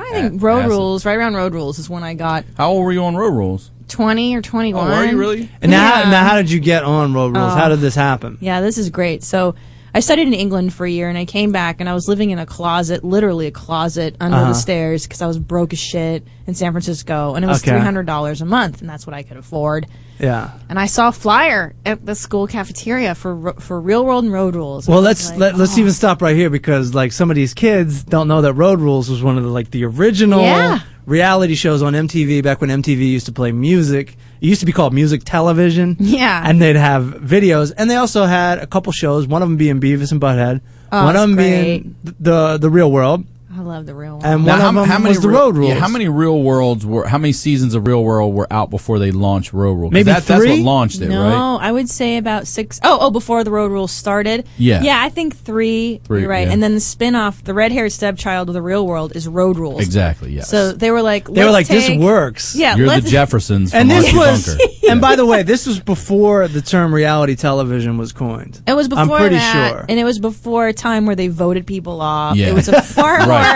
Speaker 15: I think Road
Speaker 7: acid.
Speaker 15: Rules, right around Road Rules is when I got
Speaker 7: How old were you on road rules?
Speaker 15: 20 or 21.
Speaker 12: Oh,
Speaker 7: were you really?
Speaker 12: And now,
Speaker 15: Yeah.
Speaker 12: now, how did you get on road rules?
Speaker 15: Oh.
Speaker 12: How did this happen?
Speaker 15: Yeah, this is great. So I studied in England for a year and I came back and I was living in a closet, literally a closet under
Speaker 12: Uh-huh.
Speaker 15: the stairs because I was broke as shit in San Francisco and it was
Speaker 12: Okay.
Speaker 15: $300 a month and that's what I could afford.
Speaker 12: Yeah.
Speaker 15: And I saw a flyer at the school cafeteria for ro- for Real World and Road Rules.
Speaker 12: Well,
Speaker 15: And I
Speaker 12: let's
Speaker 15: was like, oh.
Speaker 12: let, let's even stop right here because like some of these kids don't know that Road Rules was one of the like the original
Speaker 15: Yeah.
Speaker 12: reality shows on MTV back when MTV used to play music. It used to be called music television.
Speaker 15: Yeah.
Speaker 12: and they'd have videos, and they also had a couple shows. One of them being Beavis and Butthead.
Speaker 15: Oh,
Speaker 12: one of
Speaker 15: that's
Speaker 12: them
Speaker 15: great.
Speaker 12: being th- the the Real World.
Speaker 15: I love the real one.
Speaker 12: And one of them was the
Speaker 7: real-
Speaker 12: Road Rules.
Speaker 7: Yeah, how many real worlds were? How many seasons of Real World were out before they launched Road Rule? 'Cause
Speaker 12: Maybe
Speaker 7: that, that's what
Speaker 12: three?
Speaker 7: launched it,
Speaker 15: no,
Speaker 7: right?
Speaker 15: I would say about six oh oh before the road rules started.
Speaker 7: Yeah.
Speaker 15: yeah, I think three.
Speaker 7: Three,
Speaker 15: you're right,
Speaker 7: yeah.
Speaker 15: and then the spin-off, the red-haired stepchild of the real world, is road rules.
Speaker 7: Exactly, yes.
Speaker 15: So they were like,
Speaker 12: They were
Speaker 15: let's
Speaker 12: like, this
Speaker 15: take-
Speaker 12: works.
Speaker 15: Yeah,
Speaker 7: You're the
Speaker 15: let's-
Speaker 7: Jeffersons,
Speaker 12: And
Speaker 7: from
Speaker 12: this
Speaker 7: Archie
Speaker 12: was,
Speaker 7: Bunker.
Speaker 12: and by the way, this was before the term reality television was coined.
Speaker 15: It was before
Speaker 12: I'm pretty
Speaker 15: that,
Speaker 12: sure.
Speaker 15: and it was before a time where they voted people off.
Speaker 7: Yeah.
Speaker 15: It was a far
Speaker 7: Right.
Speaker 15: more.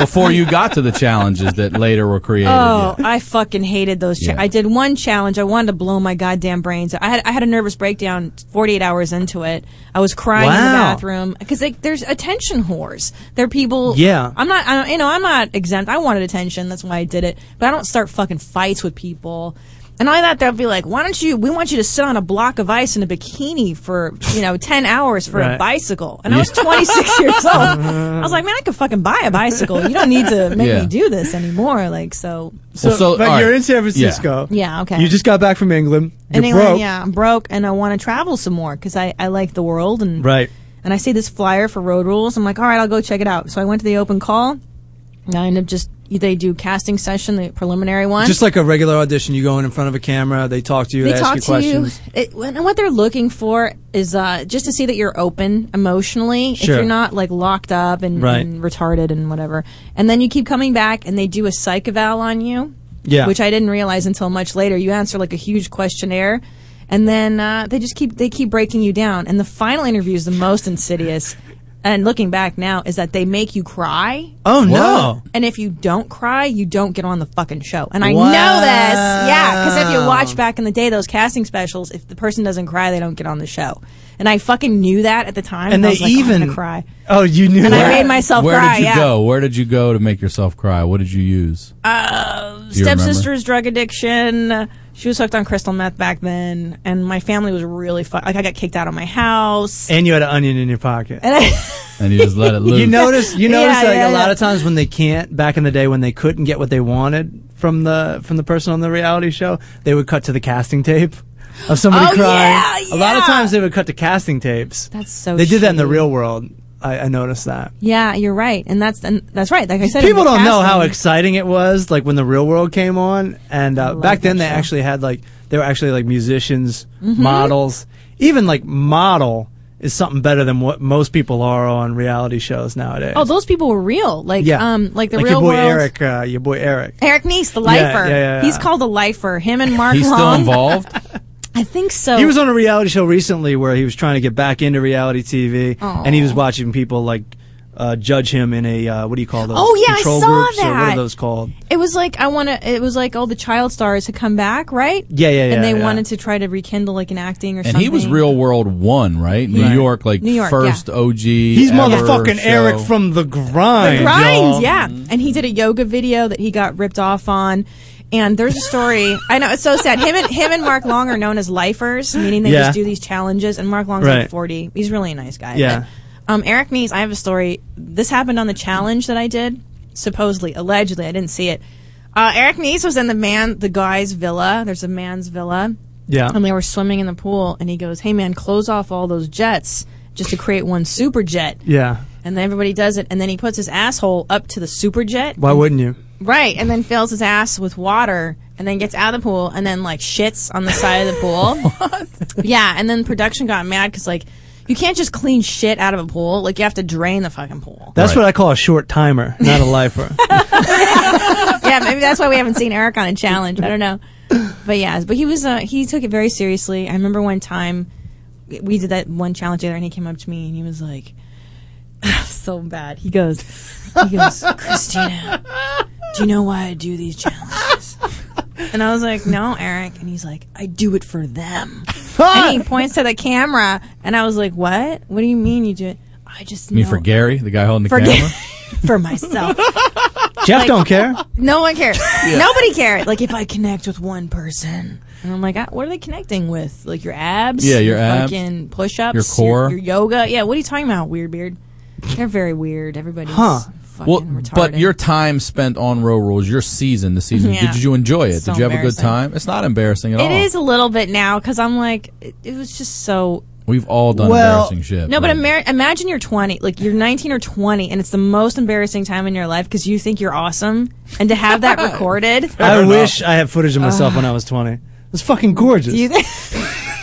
Speaker 7: before you got to the challenges that later were created.
Speaker 15: Oh, I fucking hated those. Cha-
Speaker 7: Yeah.
Speaker 15: I did one challenge. I wanted to blow my goddamn brains. out. I had I had a nervous breakdown. Forty eight hours into it, I was crying in the
Speaker 12: Wow.
Speaker 15: bathroom because like, there's attention whores. There are people.
Speaker 12: Yeah.
Speaker 15: I'm not. I, you know, I'm not exempt. I wanted attention. That's why I did it. But I don't start fucking fights with people. And I thought they'd be like, why don't you? We want you to sit on a block of ice in a bikini for you know ten hours for a
Speaker 12: Right.
Speaker 15: bicycle. And I was 26 years old. I was like, man, I could fucking buy a bicycle. You don't need to make
Speaker 12: Yeah.
Speaker 15: me do this anymore. Like, so.
Speaker 12: So, but
Speaker 15: all
Speaker 12: you're
Speaker 15: right.
Speaker 12: in San Francisco.
Speaker 15: Yeah, okay.
Speaker 12: You just got back from England. You're
Speaker 15: anyway,
Speaker 12: broke.
Speaker 15: yeah, I'm broke and I want to travel some more because I, I like the world and
Speaker 12: Right.
Speaker 15: and I see this flyer for Road Rules. I'm like, all right, I'll go check it out. So I went to the open call. And I end up just they do casting session, the preliminary one.
Speaker 12: Just like a regular audition, you go in in front of a camera, they talk to you, they,
Speaker 15: they
Speaker 12: ask
Speaker 15: talk
Speaker 12: you
Speaker 15: to you.
Speaker 12: questions.
Speaker 15: It, and what they're looking for is uh, just to see that you're open emotionally.
Speaker 12: Sure.
Speaker 15: If you're not like locked up and,
Speaker 12: Right.
Speaker 15: and retarded and whatever, and then you keep coming back and they do a psych eval on you.
Speaker 12: Yeah.
Speaker 15: Which I didn't realize until much later. You answer like a huge questionnaire. And then uh, they just keep they keep breaking you down. And the final interview is the most insidious. And looking back now, is that they make you cry?
Speaker 12: Oh, no.
Speaker 15: And if you don't cry, you don't get on the fucking show. And I
Speaker 12: Wow.
Speaker 15: know this, yeah, because if you watch back in the day those casting specials, if the person doesn't cry, they don't get on the show. And I fucking knew that at the time.
Speaker 12: And,
Speaker 15: I
Speaker 12: they
Speaker 15: was like, "Oh, I'm
Speaker 12: even
Speaker 15: gonna cry.
Speaker 12: Oh, you knew
Speaker 15: And I
Speaker 12: that?
Speaker 15: made myself
Speaker 7: Where
Speaker 15: cry.
Speaker 7: did you
Speaker 15: yeah.
Speaker 7: go? Where did you go to make yourself cry? What did you use?
Speaker 15: Uh,
Speaker 7: Do you
Speaker 15: stepsister's drug addiction. She was hooked on crystal meth back then, and my family was really fu- like I got kicked out of my house.
Speaker 12: And you had an onion in your pocket.
Speaker 15: And I,
Speaker 7: And you just let it loose.
Speaker 12: You notice, you
Speaker 15: Yeah,
Speaker 12: notice that like,
Speaker 15: yeah,
Speaker 12: a lot
Speaker 15: yeah.
Speaker 12: of times when they can't, back in the day when they couldn't get what they wanted from the from the person on the reality show, they would cut to the casting tape of somebody
Speaker 15: Oh,
Speaker 12: crying.
Speaker 15: yeah,
Speaker 12: A lot of times they would cut to casting tapes.
Speaker 15: That's so
Speaker 12: They did that in the
Speaker 15: shitty.
Speaker 12: real world. I, I noticed that.
Speaker 15: yeah, you're right, and that's and that's right. Like I said,
Speaker 12: People
Speaker 15: in the
Speaker 12: don't know how
Speaker 15: casting-
Speaker 12: exciting it was, like when the real world came on, and uh,
Speaker 15: love
Speaker 12: back then
Speaker 15: that
Speaker 12: they
Speaker 15: show.
Speaker 12: actually had like they were actually like musicians,
Speaker 15: Mhm.
Speaker 12: models, even like model is something better than what most people are on reality shows nowadays.
Speaker 15: Oh, those people were real. Like um, like the real
Speaker 12: your boy
Speaker 15: world.
Speaker 12: Eric, uh, your boy Eric.
Speaker 15: Eric Neese, the
Speaker 12: Yeah,
Speaker 15: lifer.
Speaker 12: yeah, yeah, yeah.
Speaker 15: He's called the lifer. Him and Mark
Speaker 12: He's still
Speaker 15: Long.
Speaker 12: involved?
Speaker 15: I think so.
Speaker 12: He was on a reality show recently where he was trying to get back into reality TV,
Speaker 15: Aw.
Speaker 12: and he was watching people like uh, judge him in a uh, what do you call those?
Speaker 15: Oh, yeah, I
Speaker 12: control
Speaker 15: saw
Speaker 12: groups or what are
Speaker 15: that.
Speaker 12: those called?
Speaker 15: It was like I want to. It was like all the child stars had come back, right?
Speaker 7: Yeah, yeah, yeah,
Speaker 15: And they
Speaker 7: yeah.
Speaker 15: wanted to try to rekindle like an acting or
Speaker 7: And
Speaker 15: something.
Speaker 7: he was Real World One, right? New
Speaker 15: Right.
Speaker 7: York, like
Speaker 15: New York,
Speaker 7: first OG.
Speaker 12: He's
Speaker 7: ever
Speaker 12: motherfucking
Speaker 7: show.
Speaker 12: Eric from the grind.
Speaker 15: The grind,
Speaker 12: y'all.
Speaker 15: yeah. And he did a yoga video that he got ripped off on. And there's a story. I know it's so sad. Him and him and Mark Long are known as lifers, meaning they
Speaker 12: Yeah.
Speaker 15: just do these challenges. And Mark Long's
Speaker 12: Right.
Speaker 15: like 40. He's really a nice guy.
Speaker 12: Yeah.
Speaker 15: But, um, Eric Neese, I have a story. This happened on the challenge that I did, supposedly, allegedly. I didn't see it. Uh, Eric Neese was in the man, the guy's villa. There's a man's villa.
Speaker 12: Yeah.
Speaker 15: And they were swimming in the pool, and he goes, "Hey man, close off all those jets just to create one super jet."
Speaker 12: Yeah.
Speaker 15: And then everybody does it, and then he puts his asshole up to the super jet.
Speaker 12: Why wouldn't you?
Speaker 15: Right, and then fills his ass with water, and then gets out of the pool, and then like shits on the side of the pool. Yeah, and then production got mad because like you can't just clean shit out of a pool. Like you have to drain the fucking pool.
Speaker 12: That's what I call a short timer, not a lifer.
Speaker 15: yeah, maybe that's why we haven't seen Eric on a challenge. I don't know, but yeah, but he was uh, he took it very seriously. I remember one time we did that one challenge together, and he came up to me and he was like, so bad. He goes, he goes, Christina, do you know why I do these challenges? And I was like, no, Eric. And he's like, I do it for them. and he points to the camera, and I was like, what? What do you mean you do it? I just
Speaker 7: You mean
Speaker 15: know
Speaker 7: for Gary, the guy holding the
Speaker 15: For Ga-
Speaker 7: camera?
Speaker 15: for myself.
Speaker 12: Jeff
Speaker 15: Like-
Speaker 12: don't care.
Speaker 15: No one cares.
Speaker 12: Yeah.
Speaker 15: Nobody cared. Like if I connect with one person, and I'm like, "Ah, what are they connecting with? Like your abs?
Speaker 7: Yeah, your abs,
Speaker 15: fucking push-ups,
Speaker 7: your core.
Speaker 15: your, yoga. Yeah, what are you talking about, weird beard? They're very weird. Everybody's
Speaker 7: Huh.
Speaker 15: fucking
Speaker 7: Well,
Speaker 15: retarded.
Speaker 7: but your time spent on row rules, your season, the season,
Speaker 15: Yeah.
Speaker 7: did you enjoy it?
Speaker 15: It's so
Speaker 7: did you have a good
Speaker 15: embarrassing.
Speaker 7: Oh. time? It's not embarrassing at all.
Speaker 15: It is a little bit now because I'm like, it, it was just so
Speaker 7: We've all done
Speaker 15: Well,
Speaker 7: embarrassing shit.
Speaker 15: No, but Amer- imagine you're 20, like you're 19 or 20, and it's the most embarrassing time in your life because you think you're awesome, and to have that recorded.
Speaker 12: I wish I had footage of myself
Speaker 15: Ugh.
Speaker 12: when I was 20. It was fucking gorgeous.
Speaker 15: Do you think?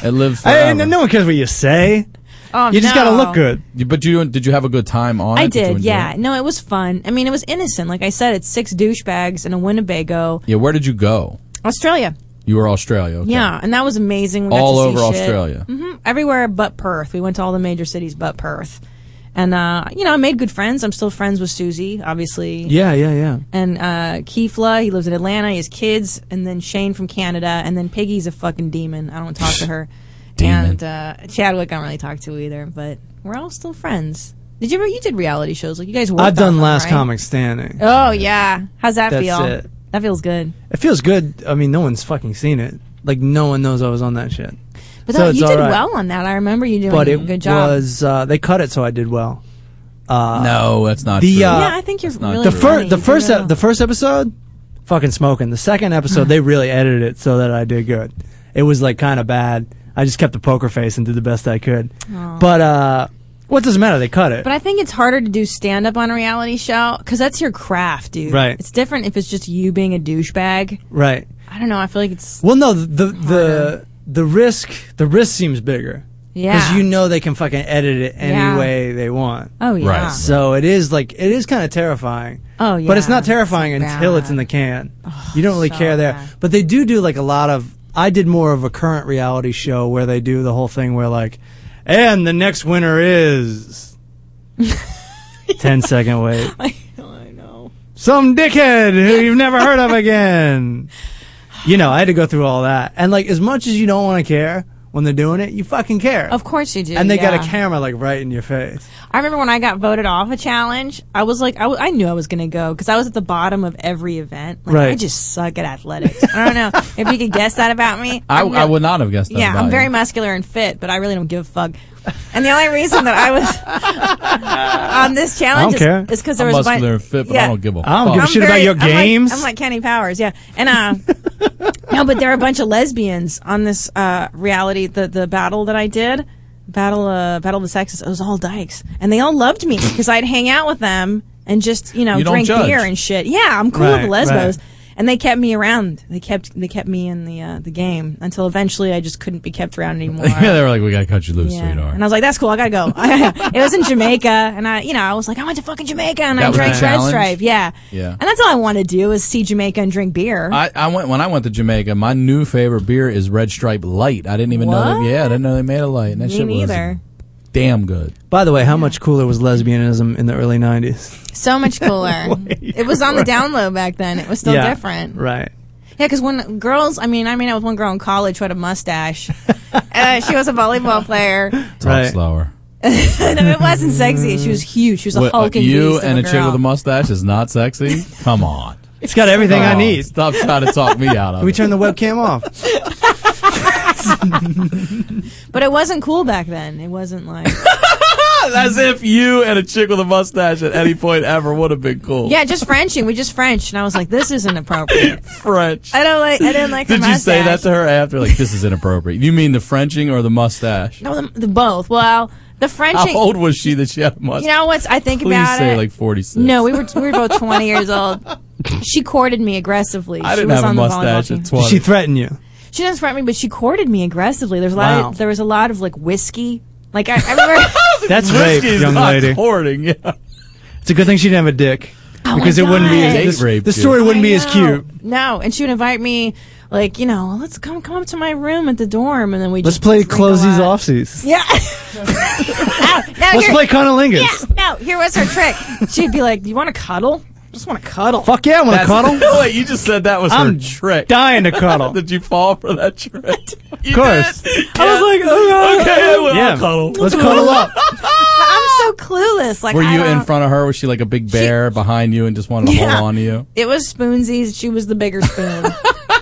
Speaker 7: it lives.
Speaker 12: Hey,
Speaker 7: forever.
Speaker 12: no one cares what you say.
Speaker 15: Oh,
Speaker 12: you just gotta
Speaker 15: no.
Speaker 12: look good.
Speaker 7: But you did you have a good time on it?
Speaker 15: I
Speaker 7: you
Speaker 15: did,
Speaker 7: enjoy
Speaker 15: yeah.
Speaker 7: it?
Speaker 15: No, it was fun. I mean, it was innocent. Like I said, it's six douchebags and a Winnebago,
Speaker 7: Yeah. Where did you go?
Speaker 15: Australia.
Speaker 7: You were Australia. Okay.
Speaker 15: Yeah, and that was amazing. We got
Speaker 7: All
Speaker 15: to see
Speaker 7: over
Speaker 15: shit.
Speaker 7: Australia.
Speaker 15: hmm everywhere but Perth. We went to all the major cities but Perth, and uh, you know, I made good friends. I'm still friends with Susie, obviously.
Speaker 12: Yeah, yeah, yeah.
Speaker 15: And uh, Keefla, he lives in Atlanta. He has kids, and then Shane from Canada, and then Piggy's a fucking demon. I don't talk to her. And uh, Chadwick, I don't really talk to either. But we're all still friends. Did you ever? You did reality shows like you guys. Worked
Speaker 12: I've
Speaker 15: on
Speaker 12: done
Speaker 15: them,
Speaker 12: Last
Speaker 15: right?
Speaker 12: Comic Standing.
Speaker 15: Oh yeah, how's that
Speaker 12: That's
Speaker 15: feel?
Speaker 12: it.
Speaker 15: That feels good.
Speaker 12: It feels good. I mean, no one's fucking seen it. Like, no one knows I was on that shit.
Speaker 15: But
Speaker 12: So
Speaker 15: that,
Speaker 12: it's
Speaker 15: you did
Speaker 12: alright.
Speaker 15: well on that. I remember you doing
Speaker 12: But
Speaker 15: a
Speaker 12: it
Speaker 15: good job.
Speaker 12: was, uh, they cut it so I did well. Uh,
Speaker 7: no, that's not
Speaker 12: the,
Speaker 7: true.
Speaker 12: Uh,
Speaker 15: Yeah, I think you're That's not really
Speaker 12: the
Speaker 15: true.
Speaker 12: fir-
Speaker 15: funny.
Speaker 12: The
Speaker 15: You
Speaker 12: first,
Speaker 15: do
Speaker 12: ep- the first episode, fucking smoking. The second episode, they really edited it so that I did good. It was like kind of bad. I just kept a poker face and did the best I could.
Speaker 15: Aw.
Speaker 12: But uh, what doesn't matter? They cut it.
Speaker 15: But I think it's harder to do stand up on a reality show because that's your craft, dude.
Speaker 12: Right.
Speaker 15: It's different if it's just you being a douchebag.
Speaker 12: right.
Speaker 15: I don't know. I feel like it's
Speaker 12: Well, no, the the the risk the risk seems bigger.
Speaker 15: Yeah.
Speaker 12: Because you know they can fucking edit it any
Speaker 15: Yeah.
Speaker 12: way they want.
Speaker 15: Oh, yeah. Right.
Speaker 12: So it is like it is kind of terrifying.
Speaker 15: Oh,
Speaker 12: But it's
Speaker 15: yeah.
Speaker 12: not terrifying
Speaker 15: It's Oh,
Speaker 12: until it's in the can. you don't really
Speaker 15: so
Speaker 12: care there. But they do do like a lot of. I did more of a current reality show where they do the whole thing where like, and the next winner is. 10 second wait. I know. Some dickhead who you've never heard of again. You know, I had to go through all that. And like, as much as you don't want to care when they're doing it, you fucking care.
Speaker 15: Of course you do.
Speaker 12: And they got
Speaker 15: yeah.
Speaker 12: a camera like right in your face.
Speaker 15: I remember when I got voted off a challenge, I was like, I, w- I knew I was going to go because I was at the bottom of every event. Like, I
Speaker 7: Right.
Speaker 15: just suck at athletics. I don't know if you could guess that about me.
Speaker 7: I,
Speaker 15: I'm
Speaker 7: I would not have guessed that.
Speaker 15: Yeah,
Speaker 7: about
Speaker 15: I'm
Speaker 7: you.
Speaker 15: very muscular and fit, but I really don't give a fuck. And the only reason that I was on this challenge
Speaker 7: I don't care.
Speaker 15: is- is because there
Speaker 7: I'm
Speaker 15: was a bunch-
Speaker 7: muscular and fit, but I don't give a
Speaker 12: I don't give a
Speaker 15: I'm
Speaker 12: shit about
Speaker 15: very-
Speaker 12: your
Speaker 15: I'm like-
Speaker 12: games.
Speaker 15: I'm like Kenny Powers, yeah. And uh, no, but there are a bunch of lesbians on this uh, reality. The the battle that I did, battle uh, battle of the sexes, it was all dykes, and they all loved me because I'd hang out with them and just you know
Speaker 4: You don't
Speaker 15: drink
Speaker 4: judge.
Speaker 15: beer and shit. Yeah, I'm cool
Speaker 4: Right,
Speaker 15: with the lesbos.
Speaker 4: right.
Speaker 15: And they kept me around. They kept they kept me in the uh, the game until eventually I just couldn't be kept around anymore.
Speaker 7: yeah, they were like, we gotta cut you loose,
Speaker 15: Yeah.
Speaker 7: sweetheart.
Speaker 15: And I was like, that's cool. I gotta go. it was in Jamaica, and I, you know, I was like, I went to fucking Jamaica, and I
Speaker 7: That was
Speaker 15: drank
Speaker 7: the
Speaker 15: Red
Speaker 7: challenge?
Speaker 15: Stripe. Yeah,
Speaker 7: Yeah.
Speaker 15: and that's all I want to do is see Jamaica and drink beer.
Speaker 7: I, I went when I went to Jamaica. My new favorite beer is Red Stripe Light. I didn't even know that. Yeah, I didn't know they made a light. And that
Speaker 15: Me
Speaker 7: shit
Speaker 15: neither.
Speaker 7: was damn good.
Speaker 12: By the way, how much cooler was lesbianism in the early 90s?
Speaker 15: so much cooler. it was on the down low back then. It was still different.
Speaker 12: Right.
Speaker 15: Yeah, because when girls, I mean, I made out with one girl in college who had a mustache. uh, she was a volleyball player.
Speaker 7: Talk slower.
Speaker 15: no, it wasn't sexy. She was huge. She was a
Speaker 7: What, uh,
Speaker 15: hulking
Speaker 7: you
Speaker 15: beast of
Speaker 7: and a, chick
Speaker 15: girl.
Speaker 7: with a mustache is not sexy. Come on.
Speaker 12: It's got everything I
Speaker 7: Come on.
Speaker 12: need.
Speaker 7: Stop trying to talk me out of
Speaker 12: Can we
Speaker 7: it.
Speaker 12: turn the webcam off?
Speaker 15: But it wasn't cool back then. It wasn't like.
Speaker 7: As if you and a chick with a mustache at any point ever would have been cool.
Speaker 15: Yeah, just Frenching. We just French, and I was like, "This is inappropriate."
Speaker 7: French.
Speaker 15: I don't like. I didn't like. her
Speaker 7: Did you say that
Speaker 15: mustache.
Speaker 7: to her after? Like, this is inappropriate. You mean the Frenching or the mustache?
Speaker 15: No, the, the both. Well, the Frenching.
Speaker 7: How old was she that she had a mustache?
Speaker 15: You know what's? I think
Speaker 7: Please
Speaker 15: about
Speaker 7: say
Speaker 15: it.
Speaker 7: like 46.
Speaker 15: no, we were we were both twenty years old. She courted me aggressively.
Speaker 7: I
Speaker 15: she
Speaker 7: didn't
Speaker 15: was
Speaker 7: have a
Speaker 15: on the volleyball
Speaker 7: mustache
Speaker 15: team.
Speaker 7: at 20.
Speaker 12: She threatened you.
Speaker 15: She didn't threaten me, but she courted me aggressively. There's a lot.
Speaker 12: Wow.
Speaker 15: Of, there was a lot of like whiskey. Like I, I remember.
Speaker 12: That's
Speaker 7: Risky
Speaker 12: rape,
Speaker 7: is
Speaker 12: young
Speaker 7: not
Speaker 12: lady.
Speaker 7: Hoarding, yeah.
Speaker 12: It's a good thing she didn't have a dick.
Speaker 15: Oh my
Speaker 12: because it wouldn't be
Speaker 15: God.
Speaker 12: as,
Speaker 15: Date
Speaker 12: this-
Speaker 7: rape,
Speaker 12: the
Speaker 7: dude.
Speaker 12: story wouldn't be
Speaker 15: I
Speaker 12: as
Speaker 15: know.
Speaker 12: cute.
Speaker 15: No, and she would invite me, like you know, let's come come up to my room at the dorm, and then we
Speaker 12: Let's
Speaker 15: just
Speaker 12: play
Speaker 15: drink a
Speaker 12: close these
Speaker 15: lot.
Speaker 12: offsies.
Speaker 15: Yeah. Now- now
Speaker 12: Let's
Speaker 15: here-
Speaker 12: play
Speaker 15: Yeah,
Speaker 12: cunnilingus.
Speaker 15: no, here was her trick. She'd be like, "Do you want to cuddle? I just want to cuddle."
Speaker 12: Fuck yeah, I want to cuddle.
Speaker 7: Wait, you just said that was
Speaker 12: I'm
Speaker 7: her trick.
Speaker 12: dying to cuddle.
Speaker 7: Did you fall for that trick? of
Speaker 12: course.
Speaker 7: I was like, okay, I will.
Speaker 12: Yeah.
Speaker 7: I'll cuddle.
Speaker 12: Let's cuddle up.
Speaker 15: I'm so clueless. Like,
Speaker 7: Were
Speaker 15: I
Speaker 7: you
Speaker 15: don't-
Speaker 7: in front of her? Was she like a big bear behind you and just wanted to
Speaker 15: Yeah.
Speaker 7: hold on to you?
Speaker 15: It was spoonsies. She was the bigger spoon.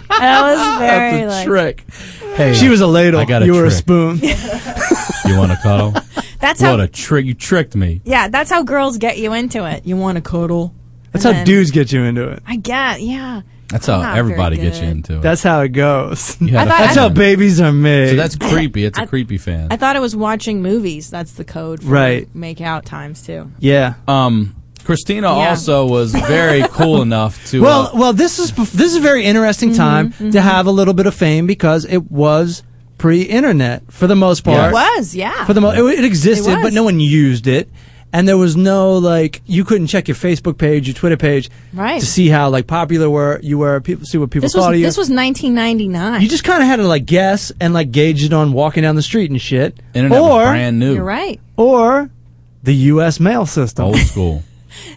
Speaker 15: that was very
Speaker 7: That's a
Speaker 15: like
Speaker 7: trick. Hey,
Speaker 12: She was a ladle.
Speaker 7: I got a
Speaker 12: you were a
Speaker 7: trick.
Speaker 12: spoon.
Speaker 7: You want to cuddle?
Speaker 15: That's
Speaker 7: what
Speaker 15: how-
Speaker 7: a trick! You tricked me.
Speaker 15: yeah. That's how girls get you into it. You want to cuddle.
Speaker 12: That's
Speaker 15: And
Speaker 12: how
Speaker 15: then-
Speaker 12: dudes get you into it.
Speaker 15: I get yeah.
Speaker 7: That's how
Speaker 12: Not very
Speaker 7: everybody gets you
Speaker 12: good.
Speaker 7: into it.
Speaker 12: That's how it goes.
Speaker 7: You had a
Speaker 12: that's how
Speaker 7: fan.
Speaker 12: babies are made.
Speaker 7: So that's creepy. It's a
Speaker 15: I-
Speaker 7: creepy fan.
Speaker 15: I thought it was watching movies. That's the code for
Speaker 7: Right.
Speaker 15: make out times too.
Speaker 12: Yeah.
Speaker 7: Um, Christina
Speaker 15: Yeah.
Speaker 7: also was very cool enough to.
Speaker 12: well,
Speaker 7: uh,
Speaker 12: well, this is bef- this is a very interesting
Speaker 15: Mm-hmm,
Speaker 12: time to have a little bit of fame because it was pre-internet for the most part.
Speaker 15: It was, yeah.
Speaker 12: For the most, it, it existed,
Speaker 15: It was.
Speaker 12: but no one used it, and there was no like you couldn't check your Facebook page, your Twitter page,
Speaker 15: Right.
Speaker 12: to see how like popular were you were, people see what people
Speaker 15: This was
Speaker 12: thought of you.
Speaker 15: this was 1999.
Speaker 12: you just kind of had to like guess and like gauge it on walking down the street and shit.
Speaker 15: Internet was
Speaker 12: or
Speaker 7: brand
Speaker 15: You're right.
Speaker 12: Or the U.S. mail system.
Speaker 7: Old school.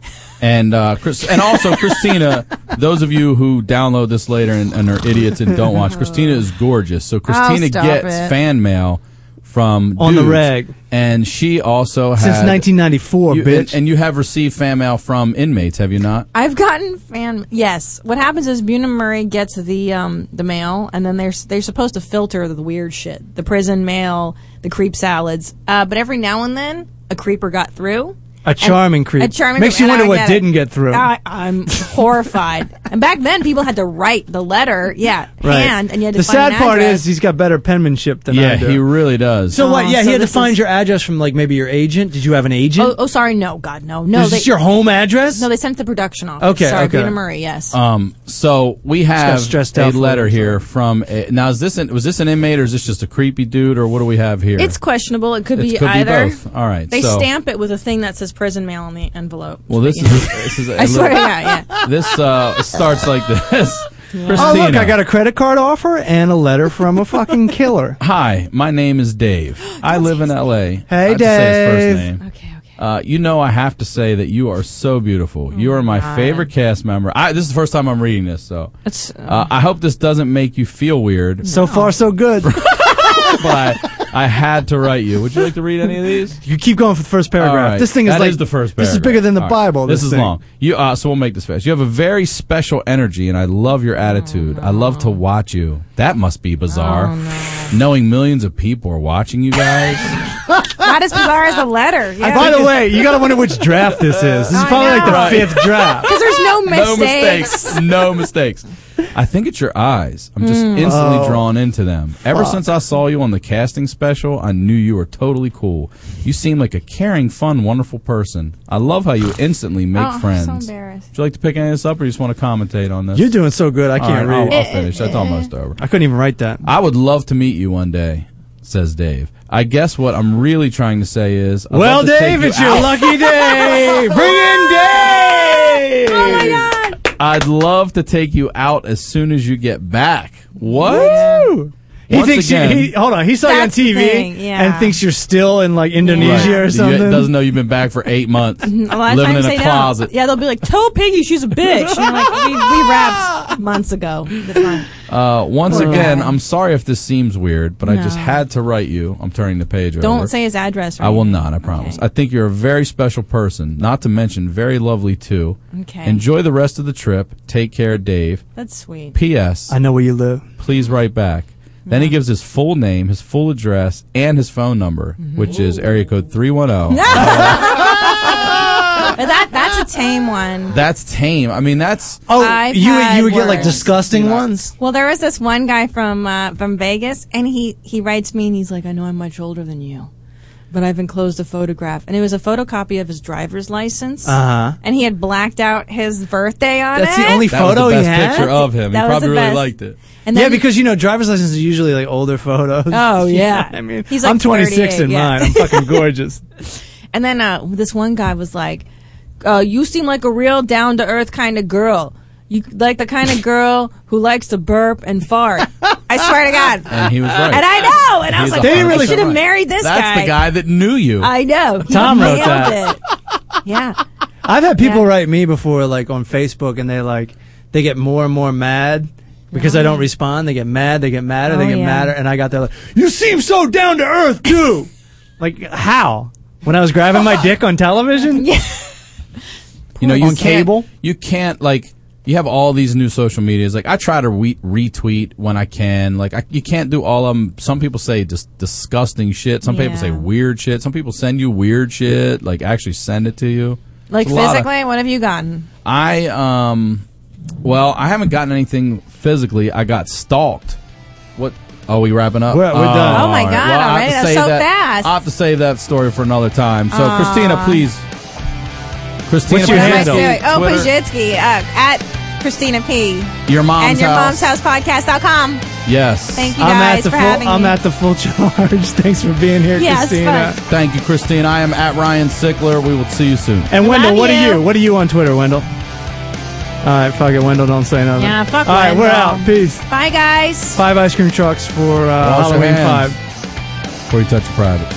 Speaker 7: and uh, Chris, and also Christina. those of you who download this later and, and are idiots and don't watch, Christina is gorgeous. So
Speaker 15: Oh,
Speaker 7: Christina
Speaker 12: stop
Speaker 7: gets
Speaker 12: it.
Speaker 7: fan mail from
Speaker 12: On the
Speaker 7: dudes,
Speaker 12: reg.
Speaker 7: and she also
Speaker 12: Since
Speaker 7: had,
Speaker 12: 1994,
Speaker 7: you-
Speaker 12: bitch.
Speaker 7: And, and you have received fan mail from inmates, have you not?
Speaker 15: I've gotten fan. Yes, what happens is Buna Murray gets the um, the mail, and then they're they're supposed to filter the weird shit, the prison mail, the creep salads. Uh, but every now and then, a creeper got through.
Speaker 12: A charming creep.
Speaker 15: A charming
Speaker 12: Makes
Speaker 15: creep,
Speaker 12: you
Speaker 15: and
Speaker 12: wonder
Speaker 15: I
Speaker 12: what
Speaker 15: get it.
Speaker 12: didn't get through.
Speaker 15: I, I'm horrified. and back then, people had to write the letter, yeah, hand, and you had to
Speaker 12: the
Speaker 15: find
Speaker 12: sad
Speaker 15: an
Speaker 12: part
Speaker 15: address.
Speaker 12: is he's got better penmanship than I
Speaker 7: yeah,
Speaker 12: do.
Speaker 7: he really does.
Speaker 12: so what?
Speaker 15: Oh,
Speaker 12: Yeah,
Speaker 15: so
Speaker 12: he had to
Speaker 15: this
Speaker 12: find
Speaker 15: is-
Speaker 12: your address from like maybe your agent. Did you have an agent?
Speaker 15: Oh, oh, sorry, no, God, no, no.
Speaker 12: Is this your home address?
Speaker 15: No, they sent the production office.
Speaker 7: Okay,
Speaker 15: sorry,
Speaker 7: okay.
Speaker 15: Buna Murray. Yes.
Speaker 12: Oh,
Speaker 7: Um, so we
Speaker 12: got
Speaker 7: have
Speaker 12: stressed
Speaker 7: a
Speaker 12: out for
Speaker 7: letter here from a, now. Is this an, was this an inmate or is this just a creepy dude or what do we have here?
Speaker 15: It's questionable. It could
Speaker 7: It
Speaker 15: be
Speaker 7: could be
Speaker 15: either.
Speaker 7: both. All right,
Speaker 15: They
Speaker 7: so-
Speaker 15: stamp it with a thing that says prison mail on the envelope.
Speaker 7: well, this is this is a
Speaker 15: I swear to
Speaker 7: little-
Speaker 15: God, yeah.
Speaker 7: This uh, starts like this.
Speaker 12: Oh, look,
Speaker 7: Christina.
Speaker 12: I got a credit card offer and a letter from a fucking killer.
Speaker 7: Hi, my name is Dave. I live in L.A. I
Speaker 12: Hey,
Speaker 7: have to say his first
Speaker 12: Dave.
Speaker 7: name. Okay, okay. Uh, you know, I have to say that you are so
Speaker 12: Oh
Speaker 7: beautiful. you are my
Speaker 15: God.
Speaker 7: favorite cast member. I, this is the first time I'm reading this, so
Speaker 15: It's-
Speaker 7: uh, I hope this doesn't make you feel weird.
Speaker 12: So far, so good.
Speaker 7: but I had to write you. Would you like to read any of these?
Speaker 12: you keep going for the first paragraph.
Speaker 7: All right.
Speaker 12: This thing is
Speaker 7: That
Speaker 12: like
Speaker 7: the first.
Speaker 12: This is
Speaker 7: paragraph.
Speaker 12: bigger than the
Speaker 7: All right.
Speaker 12: Bible.
Speaker 7: This,
Speaker 12: This,
Speaker 7: is
Speaker 12: thing.
Speaker 7: long. You uh, so we'll make this fast. You have a very special energy, and I love your attitude. I love to watch you. That must be bizarre.
Speaker 15: Oh,
Speaker 7: Knowing millions of people are watching you guys.
Speaker 15: Not as bizarre as a letter. Yeah.
Speaker 12: By the way, you got to wonder which draft this is. This is probably like the
Speaker 7: know.
Speaker 12: fifth draft.
Speaker 15: because there's no
Speaker 7: no
Speaker 15: mistakes.
Speaker 7: mistakes. No mistakes. I think it's your eyes. I'm just
Speaker 15: Mm.
Speaker 7: instantly
Speaker 12: Oh.
Speaker 7: drawn into them. Ever
Speaker 12: Fuck.
Speaker 7: since I saw you on the casting special, I knew you were totally cool. You seem like a caring, fun, wonderful person. I love how you instantly make
Speaker 15: Oh, I'm so
Speaker 7: friends.
Speaker 15: embarrassed.
Speaker 7: Would you like to pick any of this up, or you just want to commentate on this?
Speaker 12: You're doing so good. I can't
Speaker 7: All right,
Speaker 12: read.
Speaker 7: I'll, I'll finish. That's almost over.
Speaker 12: I couldn't even write that.
Speaker 7: I would love to meet you one day, says Dave. I guess what I'm really trying to say is. I'd
Speaker 12: well,
Speaker 7: love to take
Speaker 12: Dave,
Speaker 7: you
Speaker 12: it's your
Speaker 7: out.
Speaker 12: lucky day. Bring in Dave. Oh my god.
Speaker 7: I'd love to take you out as soon as you get back. What?
Speaker 12: He
Speaker 7: Once
Speaker 12: thinks
Speaker 7: again-
Speaker 12: you. He, hold on. He saw
Speaker 15: That's the
Speaker 12: you on TV
Speaker 15: thing, yeah.
Speaker 12: and thinks you're still in like Indonesia
Speaker 7: Right.
Speaker 12: or
Speaker 7: You-
Speaker 12: something.
Speaker 7: doesn't know you've been back for eight months,
Speaker 15: A lot of
Speaker 7: living
Speaker 15: times
Speaker 7: in a
Speaker 15: they don't.
Speaker 7: closet.
Speaker 15: Yeah, they'll be like, "Tell Piggy she's a bitch." And I'm like, we, we wrapped months ago. That's fine.
Speaker 7: Uh, once
Speaker 15: Poor
Speaker 7: again,
Speaker 15: guy.
Speaker 7: I'm sorry if this seems weird, but I just
Speaker 15: No.
Speaker 7: had to write you. I'm turning the page over.
Speaker 15: Don't say his address. Right
Speaker 7: I will not. I promise. I think you're a very special person, not to mention very lovely too.
Speaker 15: Okay.
Speaker 7: Enjoy the rest of the trip. Take care, Dave.
Speaker 15: That's sweet.
Speaker 7: P.S.
Speaker 12: I know where you live.
Speaker 7: Please write back. Then he gives his full name, his full address, and his phone number,
Speaker 15: Mm-hmm.
Speaker 7: which is area code three one oh. zero.
Speaker 15: But that that's a tame one.
Speaker 7: That's tame. I mean, that's
Speaker 12: Oh,
Speaker 15: I've
Speaker 12: you
Speaker 15: had
Speaker 12: you would get like
Speaker 15: worse.
Speaker 12: disgusting ones.
Speaker 15: Well, there was this one guy from uh, from Vegas, and he he writes me, and he's like, "I know I'm much older than you, but I've enclosed a photograph, and it was a photocopy of his driver's license,
Speaker 12: Uh-huh.
Speaker 15: and he had blacked out his birthday on
Speaker 12: That's
Speaker 15: it.
Speaker 12: the only
Speaker 7: That was the
Speaker 12: photo you
Speaker 7: best
Speaker 12: had.
Speaker 7: picture Oh. of him. He
Speaker 15: That was
Speaker 7: probably
Speaker 15: the
Speaker 7: really
Speaker 15: best.
Speaker 7: liked it.
Speaker 15: And
Speaker 12: yeah,
Speaker 15: then-
Speaker 12: because you know driver's licenses are usually like older photos.
Speaker 15: Oh, yeah.
Speaker 12: I mean,
Speaker 15: He's, like,
Speaker 12: I'm 26
Speaker 15: 38,
Speaker 12: in
Speaker 15: yeah.
Speaker 12: mine. I'm fucking gorgeous.
Speaker 15: And then uh, this one guy was like, uh, "You seem like a real down to earth kind of girl." You like the kind of girl who likes to burp and fart. I swear to God.
Speaker 7: And he was right.
Speaker 15: Uh, And I know. And I
Speaker 7: He's
Speaker 15: was like,
Speaker 7: 100%
Speaker 15: I should have
Speaker 7: right.
Speaker 15: married this
Speaker 7: That's
Speaker 15: guy. Uh,
Speaker 7: the guy that knew you.
Speaker 15: I know. He
Speaker 12: Tom wrote
Speaker 15: nailed
Speaker 12: that.
Speaker 15: It. Yeah.
Speaker 12: I've had people write me before, like on Facebook, and they like they get more and more mad because I don't respond. They get mad. They get madder.
Speaker 15: Oh,
Speaker 12: they get
Speaker 15: yeah.
Speaker 12: madder. And I got there like, you seem so down to earth, dude. like how? When I was grabbing my dick on television?
Speaker 15: Yeah.
Speaker 7: You know, you
Speaker 12: On
Speaker 7: can't-
Speaker 12: cable?
Speaker 7: You can't like. You have all these new social medias. Like I try to re- retweet when I can. Like I, you can't do all of them. Some people say just disgusting shit. Some people
Speaker 15: Yeah.
Speaker 7: say weird shit. Some people send you weird shit. Like actually send it to you.
Speaker 15: Like
Speaker 7: It's a lot of-
Speaker 15: physically, what have you gotten?
Speaker 7: I um Well, I haven't gotten anything physically. I got stalked. What? Are we wrapping up?
Speaker 12: We're- we're done.
Speaker 7: Oh,
Speaker 12: Oh, my
Speaker 7: all right.
Speaker 12: God,
Speaker 7: Well, I have
Speaker 12: already?
Speaker 7: to
Speaker 12: That's
Speaker 7: save
Speaker 12: so
Speaker 7: that-
Speaker 12: fast.
Speaker 7: I have to save that story for another time. So,
Speaker 12: Aw.
Speaker 7: Christina, please. Christina,
Speaker 12: What's your
Speaker 7: please.
Speaker 12: handle?
Speaker 7: Twitter,
Speaker 12: Oh,
Speaker 15: Oh, Pajitsky, uh, at Christina P.
Speaker 7: Your mom's
Speaker 15: and your mom's
Speaker 7: house.
Speaker 15: house podcast.com.
Speaker 7: Yes.
Speaker 15: Thank you
Speaker 12: I'm
Speaker 15: guys
Speaker 12: at the
Speaker 15: for
Speaker 12: full.
Speaker 15: having
Speaker 12: I'm
Speaker 15: me.
Speaker 12: at the full charge. Thanks for being here,
Speaker 15: Yeah, it's
Speaker 12: Christina.
Speaker 7: Thank you, Christine. I am at Ryan Sickler. We will see you soon.
Speaker 12: And Wendell, what
Speaker 7: you?
Speaker 12: are you? What are you on Twitter, Wendell? All right, fuck it, Wendell. Don't say nothing.
Speaker 15: Yeah, fuck
Speaker 12: All right, we're
Speaker 15: Wendell.
Speaker 12: out. Peace.
Speaker 15: Bye, guys.
Speaker 12: Five ice cream trucks for uh,
Speaker 7: Wash your
Speaker 12: Halloween
Speaker 7: hands.
Speaker 12: five.
Speaker 7: Before you touch your private.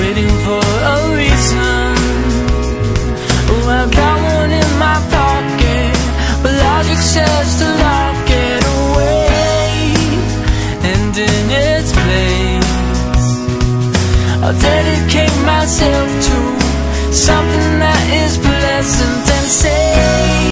Speaker 1: waiting for a reason. Oh, I got one in my pocket, but logic says to lock it away, and in its place, I'll dedicate myself to something that is pleasant and safe.